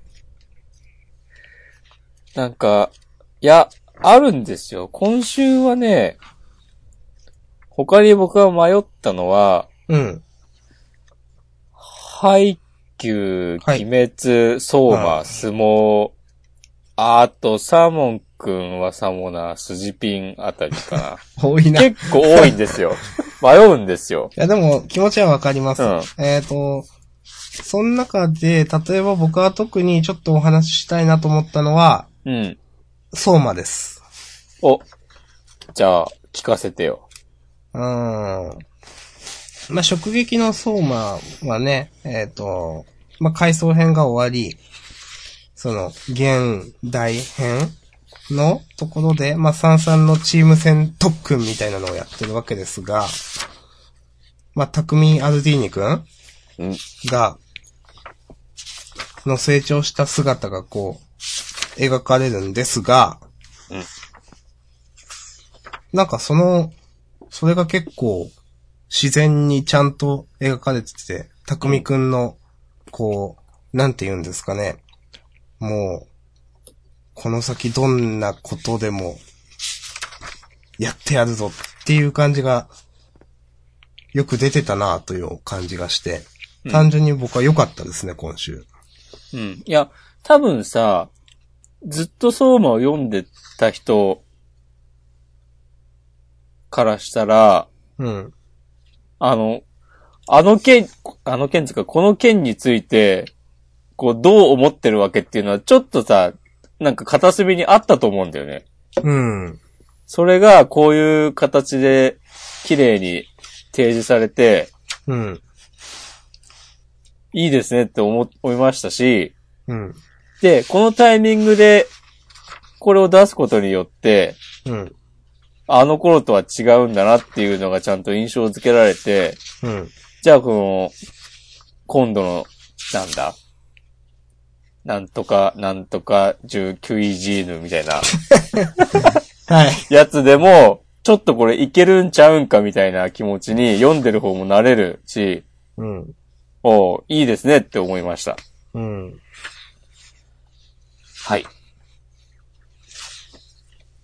なんか、いや、あるんですよ。今週はね、他に僕が迷ったのは、
うん。
ハイキュー、
はい
鬼滅、相馬、
うん
相撲、あと、サーモンくんはサモナー、スジピンあたりか
多い
な。
な。い
結構多いん ですよ。迷うんですよ。
や、でも気持ちはわかります。
うん
えっ、と、その中で、例えば僕は特にちょっとお話ししたいなと思ったのは、
うん。
相馬です。
お。じゃあ、聞かせてよ。
うーん。まあ、直撃の相馬はね、えっ、と、まあ、回想編が終わり、その、現代編のところで、まあ、三々のチーム戦特訓みたいなのをやってるわけですが、まあ、匠アルディーニ君
うん。
が、の成長した姿がこう、描かれるんですが、
うん
なんかその、それが結構、自然にちゃんと描かれてて、たくみくんの、こう、なんて言うんですかね。もう、この先どんなことでも、やってやるぞっていう感じが、よく出てたなという感じがして、
うん
単純に僕は良かったですね、今週。
うん。いや、多分さ、ずっと相馬を読んでた人からしたら、
うん。
あの、あの件、あの件つうか、この件について、こう、どう思ってるわけっていうのは、ちょっとさ、なんか片隅にあったと思うんだよね。
うん。
それが、こういう形で、綺麗に提示されて、
うん。
いいですねって思、思いましたし、
うん。
で、このタイミングで、これを出すことによって、
うん。
あの頃とは違うんだなっていうのがちゃんと印象付けられて、
うん。
じゃあ、この、今度の、なんだ。なんとか、なんとか、19EG みたいな
はい。
やつでも、ちょっとこれいけるんちゃうんかみたいな気持ちに読んでる方もなれるし、
うん。
おういいですねって思いました。
うん。
はい。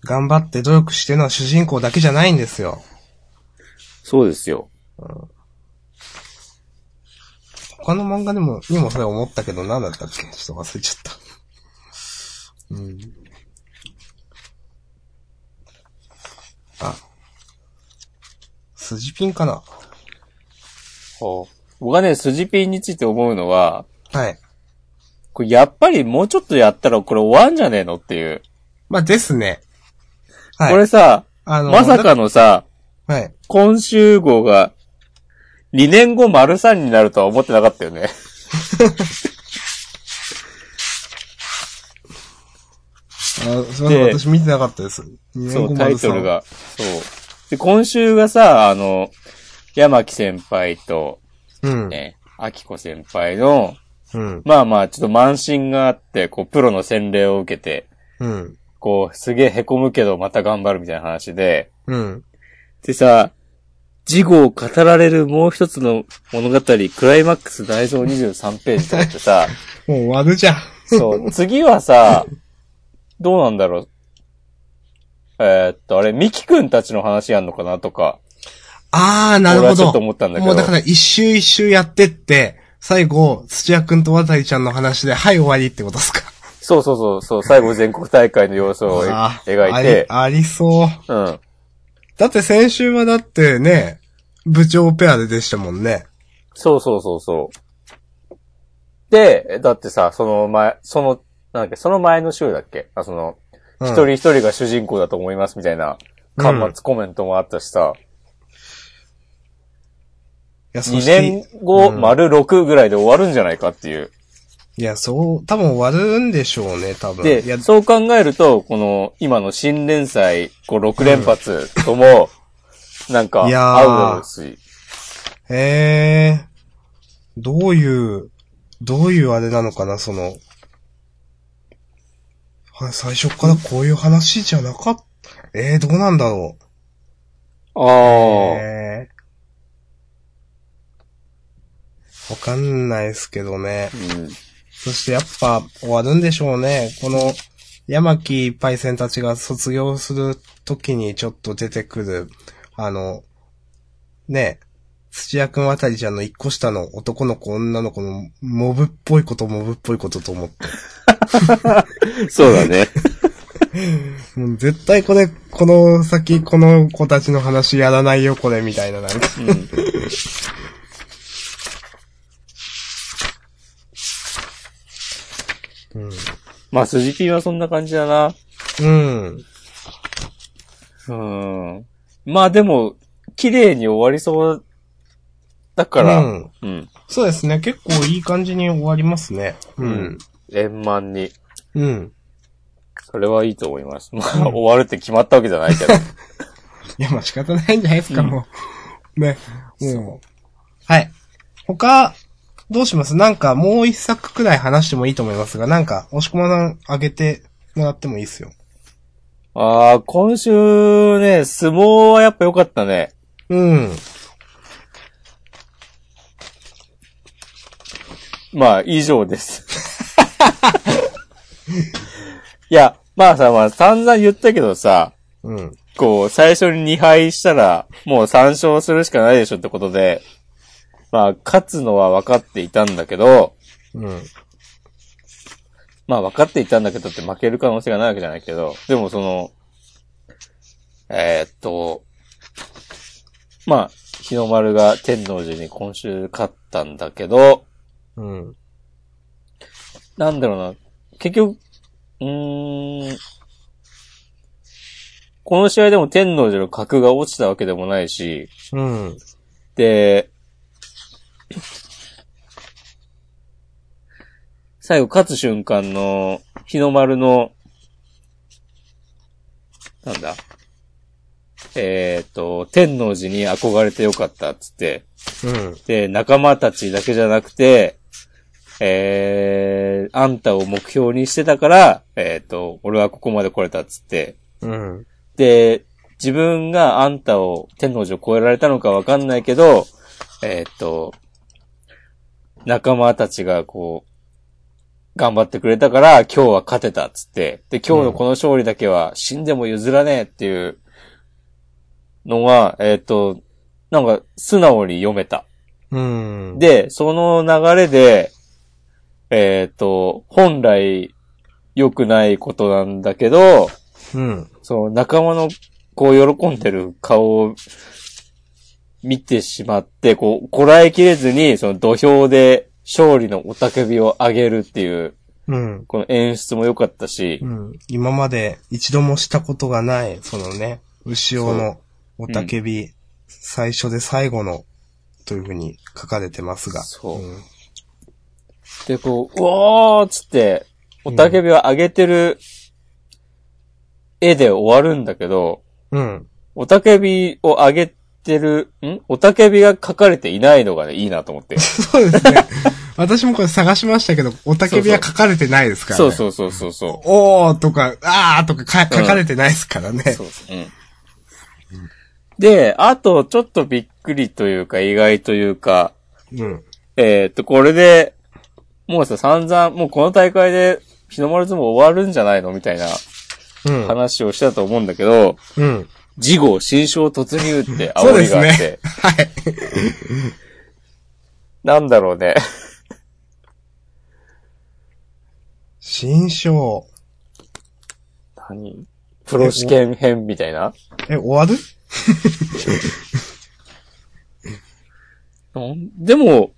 頑張って努力してるのは主人公だけじゃないんですよ。
そうですよ。
他の漫画でも、にもそれ思ったけど、何だったっけちょっと忘れちゃった。うん。あ。筋ピンかな
ほう僕はね、筋ピンについて思うのは、
はい。
これやっぱりもうちょっとやったらこれ終わんじゃねえのっていう。
まあ、ですね。はい。
これさ、
あの
まさかのさ、
だはい。
今週号が2年後丸3になるとは思ってなかったよね。
あすいません
で
私見てなかったです。
そう、
20503
タイトル。が。そう。で、今週がさ、あの、山木先輩と、
うん。
ね、秋子先輩の、
うん。
まあまあ、ちょっと満身があって、こう、プロの洗礼を受けて、
うん。
こう、すげえ凹むけど、また頑張るみたいな話で、
うん。
でさ、事後を語られるもう一つの物語、クライマックス内蔵23ページとかってさ、
もう終わるじゃん。
そう、次はさ、どうなんだろう。えーっと、あれ、ミキくんたちの話やんのかなとか、
あー、なる
俺
ほ
はちょ
ど
っと。思ったんだけ
も
ど
うだ。から一周一周やってって、最後、土屋くんと渡りちゃんの話で、はい終わりってことですか。
そうそうそう、そう、最後全国大会の様子を
あー
描いて、
あり。ありそう。
うん。
だって先週はだってね、部長ペアででしたもんね。
そうそうそうそう。で、だってさ、その前、その、なんだっけ、その前の週だっけあ、その、
うん
一人一人が主人公だと思いますみたいな、
うん
端末コメントもあったしさ、
いや、そ
2
して
年後、
うん
丸6ぐらいで終わるんじゃないかっていう。
いや、そう、多分終わるんでしょうね、多分。いや
で、、そう考えると、この、今の新連載、こう、6連発とも、なんか、合う
いやー
だろうし、
えー、どういう、どういうあれなのかな、その、は最初からこういう話じゃなかった。えー、どうなんだろう。
ああ、
えーわかんないですけどね。
うん。
そしてやっぱ終わるんでしょうね。この、山木パイセンたちが卒業するときにちょっと出てくる、あの、ねえ、土屋くんあたりじゃんの一個下の男の子女の子のモブっぽいことモブっぽいことと思って。
そうだね。
もう絶対これ、この先この子たちの話やらないよこれみたいななんか。
まあ、筋ピンはそんな感じだな。
うん。
うん。まあでも、綺麗に終わりそうだから、
うん
うん。
そうですね。結構いい感じに終わりますね。うん。
円満に。
うん。
それはいいと思います。まあ、終わるって決まったわけじゃないけど。
いや、まあ仕方ないんじゃないですか、もう。ね。も。
そう
はい。他、どうしますなんか、もう一作くらい話してもいいと思いますが、なんか、押し込まさんあげてもらってもいいですよ。
ああ、今週ね、相撲はやっぱ良かったね。
うん。
まあ、以上です。 いや、まあさ、まあ散々言ったけどさ、
うん。
こう、最初に2敗したら、もう3勝するしかないでしょってことで、まあ、勝つのは分かっていたんだけど、
うん。
まあ分かっていたんだけどって負ける可能性がないわけじゃないけど、でもその、えーっと、まあ、日の丸が天王寺に今週勝ったんだけど、
うん。
なんだろうな、結局、うーん、この試合でも天王寺の格が落ちたわけでもないし、
うん。
で、最後勝つ瞬間の日の丸の、なんだえっ、と、天王寺に憧れてよかったっつって、
うん。
で、仲間たちだけじゃなくて、えー、あんたを目標にしてたから、えっ、と、俺はここまで来れたっつって、
うん。
で、自分があんたを、天皇寺を超えられたのかわかんないけど、えーっと、仲間たちがこう、頑張ってくれたから、今日は勝てたっつって、で、今日のこの勝利だけは死んでも譲らねえっていうのが、えっ、と、なんか素直に読めた。
うん。
で、その流れで、えっ、と、本来良くないことなんだけど、
うん。
その仲間のこう喜んでる顔を見てしまって、こう、こらえきれずに、その土俵で勝利の雄たけびを上げるっていう、
うん。
この演出も良かったし
う、ん。今まで一度もしたことがない、そのね、牛尾のおたけび、最初で最後の、というふうに書かれてますが。
そうで、こう、うおーっつって、雄たけびを上げてる絵で終わるんだけど、
うん。うん。
雄たけびを上げてる、ん雄たけびが書かれていないのがね、いいなと思って。
そうですね。私もこれ探しましたけど、おたけびは書かれてないですからね。
そうそうそうそうそう。
おーとか、あーとかか書かれてないですからね。
そうですね。で、あと、ちょっとびっくりというか、意外というか、
うん。
えーっと、これで、もうさ、散々、もうこの大会で、日の丸相撲終わるんじゃないのみたいな
うん。
話をしたと思うんだけど、
うん。
次号新章突入って
そう
煽
で
り
す
があ
ね
って、。
はい。
なんだろうね。
新章。
何プロ試験編みたいな
え、終わる
なんでも、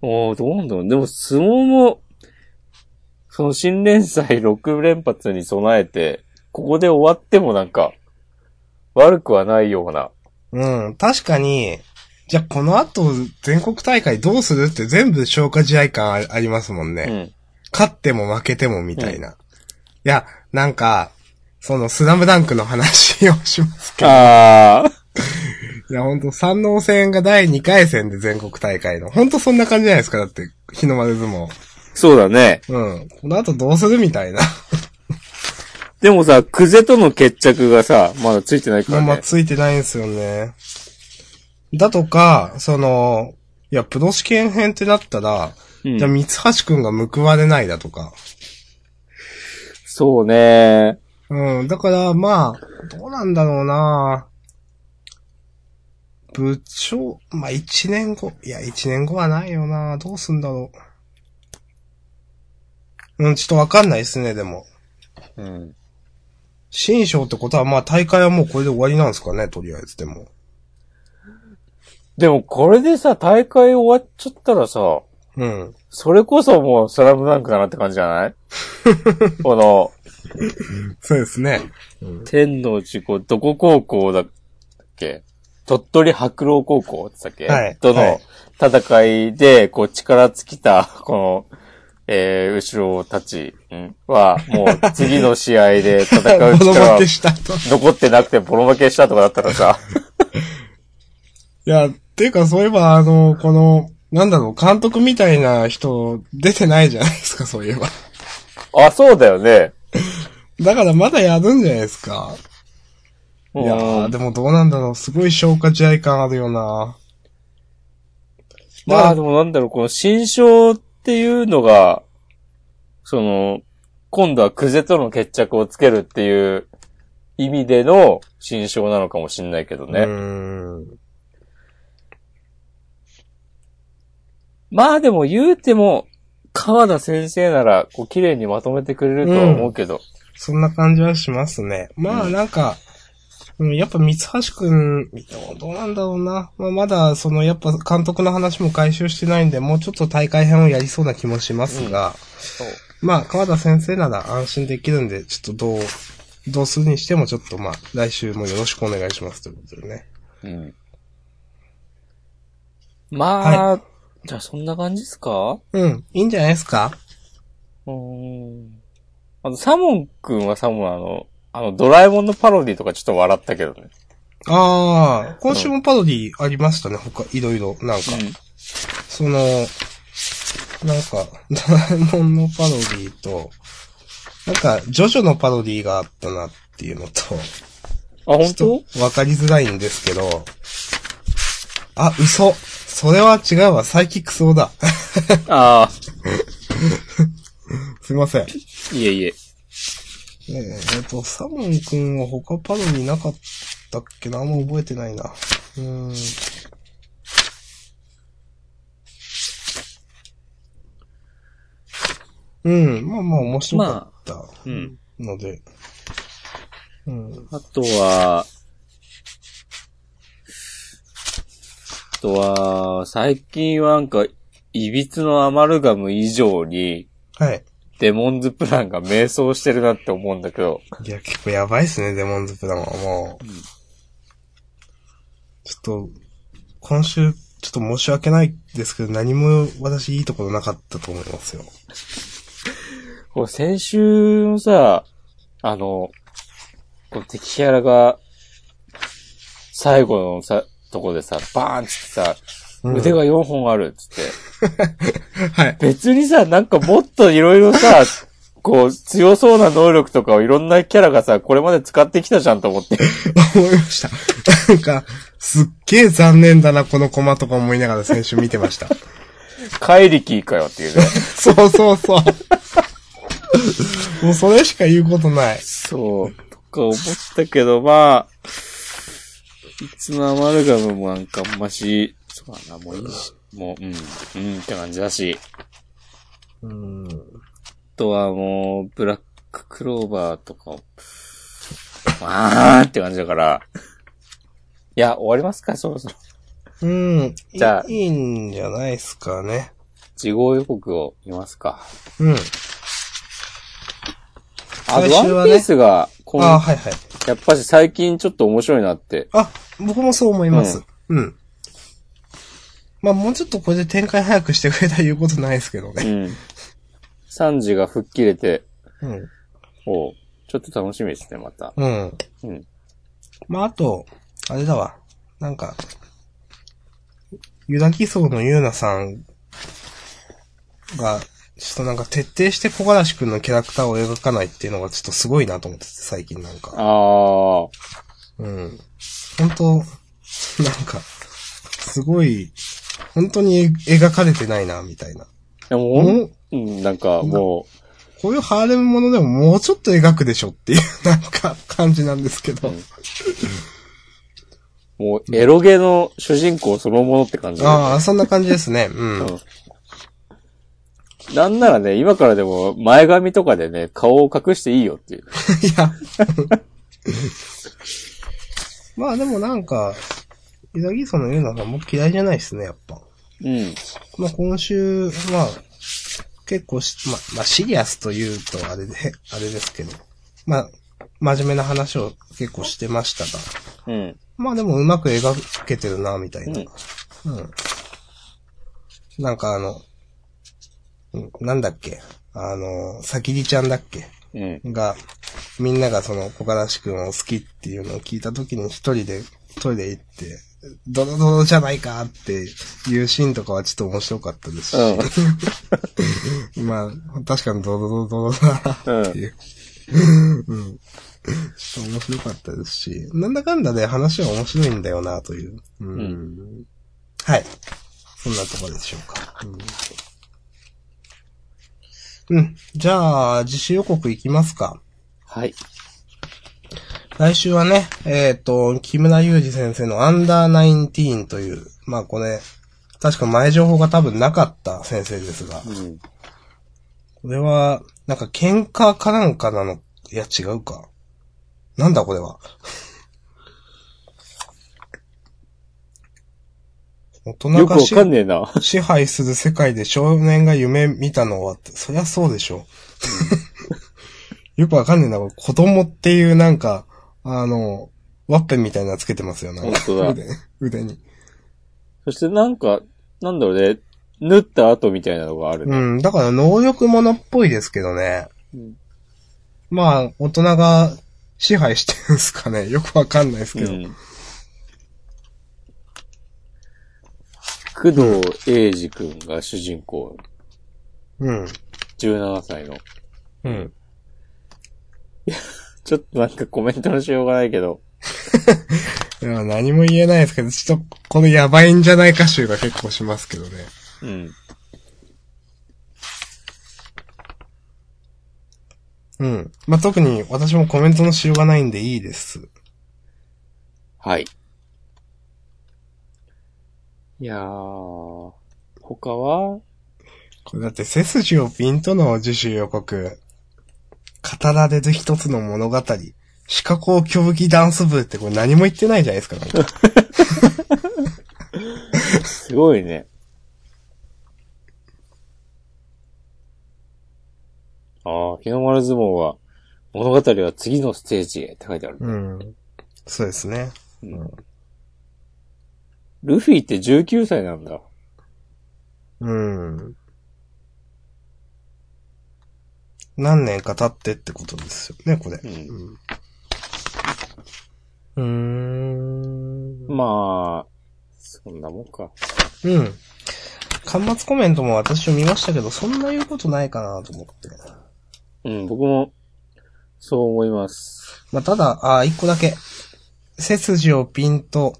おーどうなんだろう。でも、相撲も、その新連載6連 発に備えて、ここで終わってもなんか、悪くはないような。
うん。確かに、じゃあこの後、全国大会どうするって全部消化試合感あありますもんね。
うん。
勝っても負けてもみたいな。いや、なんか、その、スラムダンクの話をします。
あ
いや、ほんと、三能戦が第2回戦で全国大会の。ほんとそんな感じじゃないですか、だって、日の丸相撲。
そうだね。
うん。この後どうするみた いな。
でもさ、クゼとの決着がさ、まだついてないか
ま
ら
んま
ね。
ついてないんですよね。だとか、その、いや、プロ試験編ってなったら、
うん
じゃあ、三橋くんが報われないだとか。
そうね。
うん、だから、まあ、どうなんだろうな部長、まあ、一年後、いや、一年後はないよなどうすんだろう。うん、ちょっとわかんないですね、でも。
うん。
新章ってことは、まあ、大会はもうこれで終わりなんですかね、とりあえず、でも。
でも、これでさ、大会終わっちゃったらさ、
うん。
それこそもう、スラムダンクだなって感じじゃない この、
そうですね。
天皇寺こうどこ高校だっけ鳥取白老高校って言ったっけ、
はい
と
はい
の戦いで、こう力尽きた、 この、えー、後ろたちんは、もう次の試合で戦
ボロ
う
ボ
力
ロ
は
でしたと。
残ってなくてボロ負けしたとかだったらさ、
いや、ていうか、そういえば、あの、この、なんだろう、監督みたいな人、出てないじゃないですか、そういえば。
あ、そうだよね。
だから、まだやるんじゃないですか。いや
う
ー、
ん
でもどうなんだろう。すごい消化試合感あるよな
まあでもなんだろう、この新章っていうのが、その、今度はクゼとの決着をつけるっていう意味での新章なのかもしんないけどね。
うーん。
まあでも言うても、川田先生なら、こう、綺麗にまとめてくれるとは思うけど。
そんな感じはしますね。まあ、
うん
なんか、うん、やっぱ三橋くん、どうなんだろうな。まあ、まだ、その、やっぱ監督の話も回収してないんで、もうちょっと大会編をやりそうな気もしますが、まあ、川田先生なら安心できるんで、ちょっとどう、どうするにしても、ちょっとまあ、来週もよろしくお願いしますということでね。
うんまあ、じゃあそんな感じですか
うん、いいんじゃないですか
うーん。あと、サモン君はサモンあの、あの、ドラえもんのパロディとかちょっと笑ったけどね。
ああ、今週もパロディありましたね、他、いろいろ、なんか。その、なんか、 ドラえもんのパロディと、なんか、ジョジョのパロディがあったなっていうのと、
あ、本
ち
当
ょっとわかりづらいんですけど、あ、嘘。それは違うわ、サイキックスオだ。
ああ、
すいません。
いえいえ。
ねえ、えっと、サモン君は他パロになかったっけなあんま覚えてないな。うーん。うん、まあまあ面白かった
うん。
ので。うん。
あとは、あとは、最近はなんか、いびつのアマルガム以上に、
はい。
デモンズプランが迷走してるなって思うんだけど。
いや、結構やばいっすね、デモンズプランはもう。ちょっと、今週、ちょっと申し訳ないですけど、何も私いいところなかったと思いますよ。
こう先週のさ、あの、こう敵キャラが、最後のさ、とこでさ、バーンっつってさ、
うん
腕が4本あるっつって。
はい。
別にさ、なんかもっといろいろ さ、こう、強そうな能力とかをいろんなキャラがさ、これまで使ってきたじゃんと思 って。
思いました。なんか、すっげえ残念だな、このコマとか思いながら先週見てました。
怪力かよっていうね。
そうそうそう。もうそれしか言うことない。
そう、とか思ったけど、まあ、いつのアマルガムもなんかあんまし、そうだな、もういいし、もう、うん、うんって感じだし、
うん。
あとはもう、ブラッククローバーとか、わーって感じだから、いや、終わりますか、そろそろ。
うん。
じゃあ
いいいんじゃないですかね。
事後予告を見ますか。
うん。
あ、
最
と
終
ワ
は
ン
ね
ピースが、こ
ああ、
の
はいはい。
やっぱし最近ちょっと面白いなって。
あ、僕もそう思います。うん。まあもうちょっとこれで展開早くしてくれたら言うことないですけど
う
ね。
ん。サンジが吹っ切れて、
うん。
おうちょっと楽しみですね、また。
うん。
うん。
まああと、あれだわ。なんか、ユダキソウのユーナさんが、ちょっとなんか徹底して小柄しくんのキャラクターを描かないっていうのがちょっとすごいなと思ってて、最近なんか。
ああ、
うん。本当なんか、すごい、本当に描かれてないな、みたいな。
でも、
う
う
ん
ん、なんかも
こういうハーレムものでももうちょっと描くでしょっていう、なんか、感じなんですけど。
う、もうエロゲの主人公そのものって感じだよね
ああ、そんな感じですね。うん。
うん。なんならね、今からでも前髪とかでね、顔を隠していいよっていう。
いや。 まあでもなんか、イザギーソンの言うのは僕嫌いじゃないですね、やっぱ。
うん。
まあ今週、まあ、結構し、まあ、まあシリアスというとあれで、あれですけど。まあ、真面目な話を結構してましたが。
うん。
まあでもうまく描けてるな、みたいな。うん。なんかあの、うんなんだっけあの、さきりちゃんだっけ
うん。
が、みんながその、小柄しくんを好きっていうのを聞いたときに一人でトイレ行って、ドロドロじゃないかっていうシーンとかはちょっと面白かったです し、まあ、確かにドロドロドロだなって いう。うん。ちょっと面白かったですし、なんだかんだで話は面白いんだよなという。うん。はい。そんなところでしょうか。うん。うん、じゃあ、自主予告いきますか。
はい。
来週はね、えっ、と、木村祐二先生のアンダーナインティーンという、まあこれ、確か前情報が多分なかった先生ですが、
うん。
これは、なんか喧嘩かなんかなの、いや違うか。なんだこれは。大人
よく
が
わ
支
かんねえな。
支配する世界で少年が夢見たのはって、そりゃそうでしょ。よくわかんねえな、子供っていうなんか、あの、ワッペンみたいなのつけてますよ、なんか。
本当だ
腕腕に。
そしてなんか、なんだろうね、縫った後みたいなのがあるね。
うん、だから能力者っぽいですけどね。
うん
まあ、大人が支配してるんすかね。よくわかんないですけど。
うん工藤英二くんが主人公、
うん。
17歳の。
うん。
ちょっとなんかコメントのしようがないけど、
いや、何も言えないですけど、ちょっと、このやばいんじゃないか集が結構しますけどね。
うん。
うん。まあ、特に私もコメントのしようがないんでいいです。
はい。いやー、他は
これだって背筋をピンとの自主予告。語られる一つの物語。四角を競技ダンス部ってこれ何も言ってないじゃないですか。なんか
すごいね。ああ、日の丸相撲は、物語は次のステージへって書いてある。
うん。そうですね。
うんルフィって19歳なんだ。
うん。何年か経ってってことですよね、これ。
うん。
うん。うーん。
まあ、そんなもんか。
うん。端末コメントも私も見ましたけど、そんな言うことないかなと思って。
うん、僕も、そう思います。
まあ、ただ、ああ、一個だけ。背筋をピンと、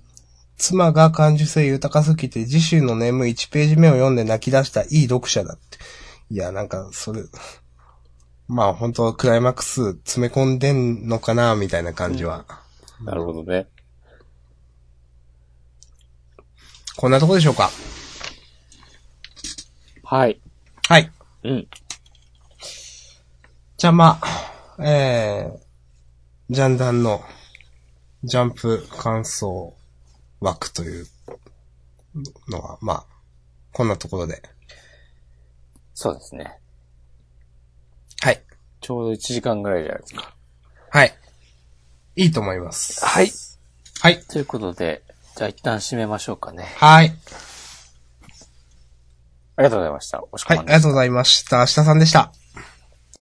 妻が感受性豊かすぎて、自週の眠1ページ目を読んで泣き出したいい読者だって。いや、なんか、それ、まあ本当クライマックス詰め込んでんのかな、みたいな感じは。
なるほどね。
こんなとこでしょうか
はい。
はい。
うん。
じゃあまあ、えー、ジャンダンの、ジャンプ感想枠というのは、まあ、こんなところで。
そうですね。
はい。
ちょうど1時間ぐらいじゃないですか。
はい。いいと思います。
はい。
はい。
ということで、じゃあ一旦締めましょうかね。
はい。
ありがとうございました。おし
は
こ
い。あ
まん
り
でした
がとうございました。明日さんでした。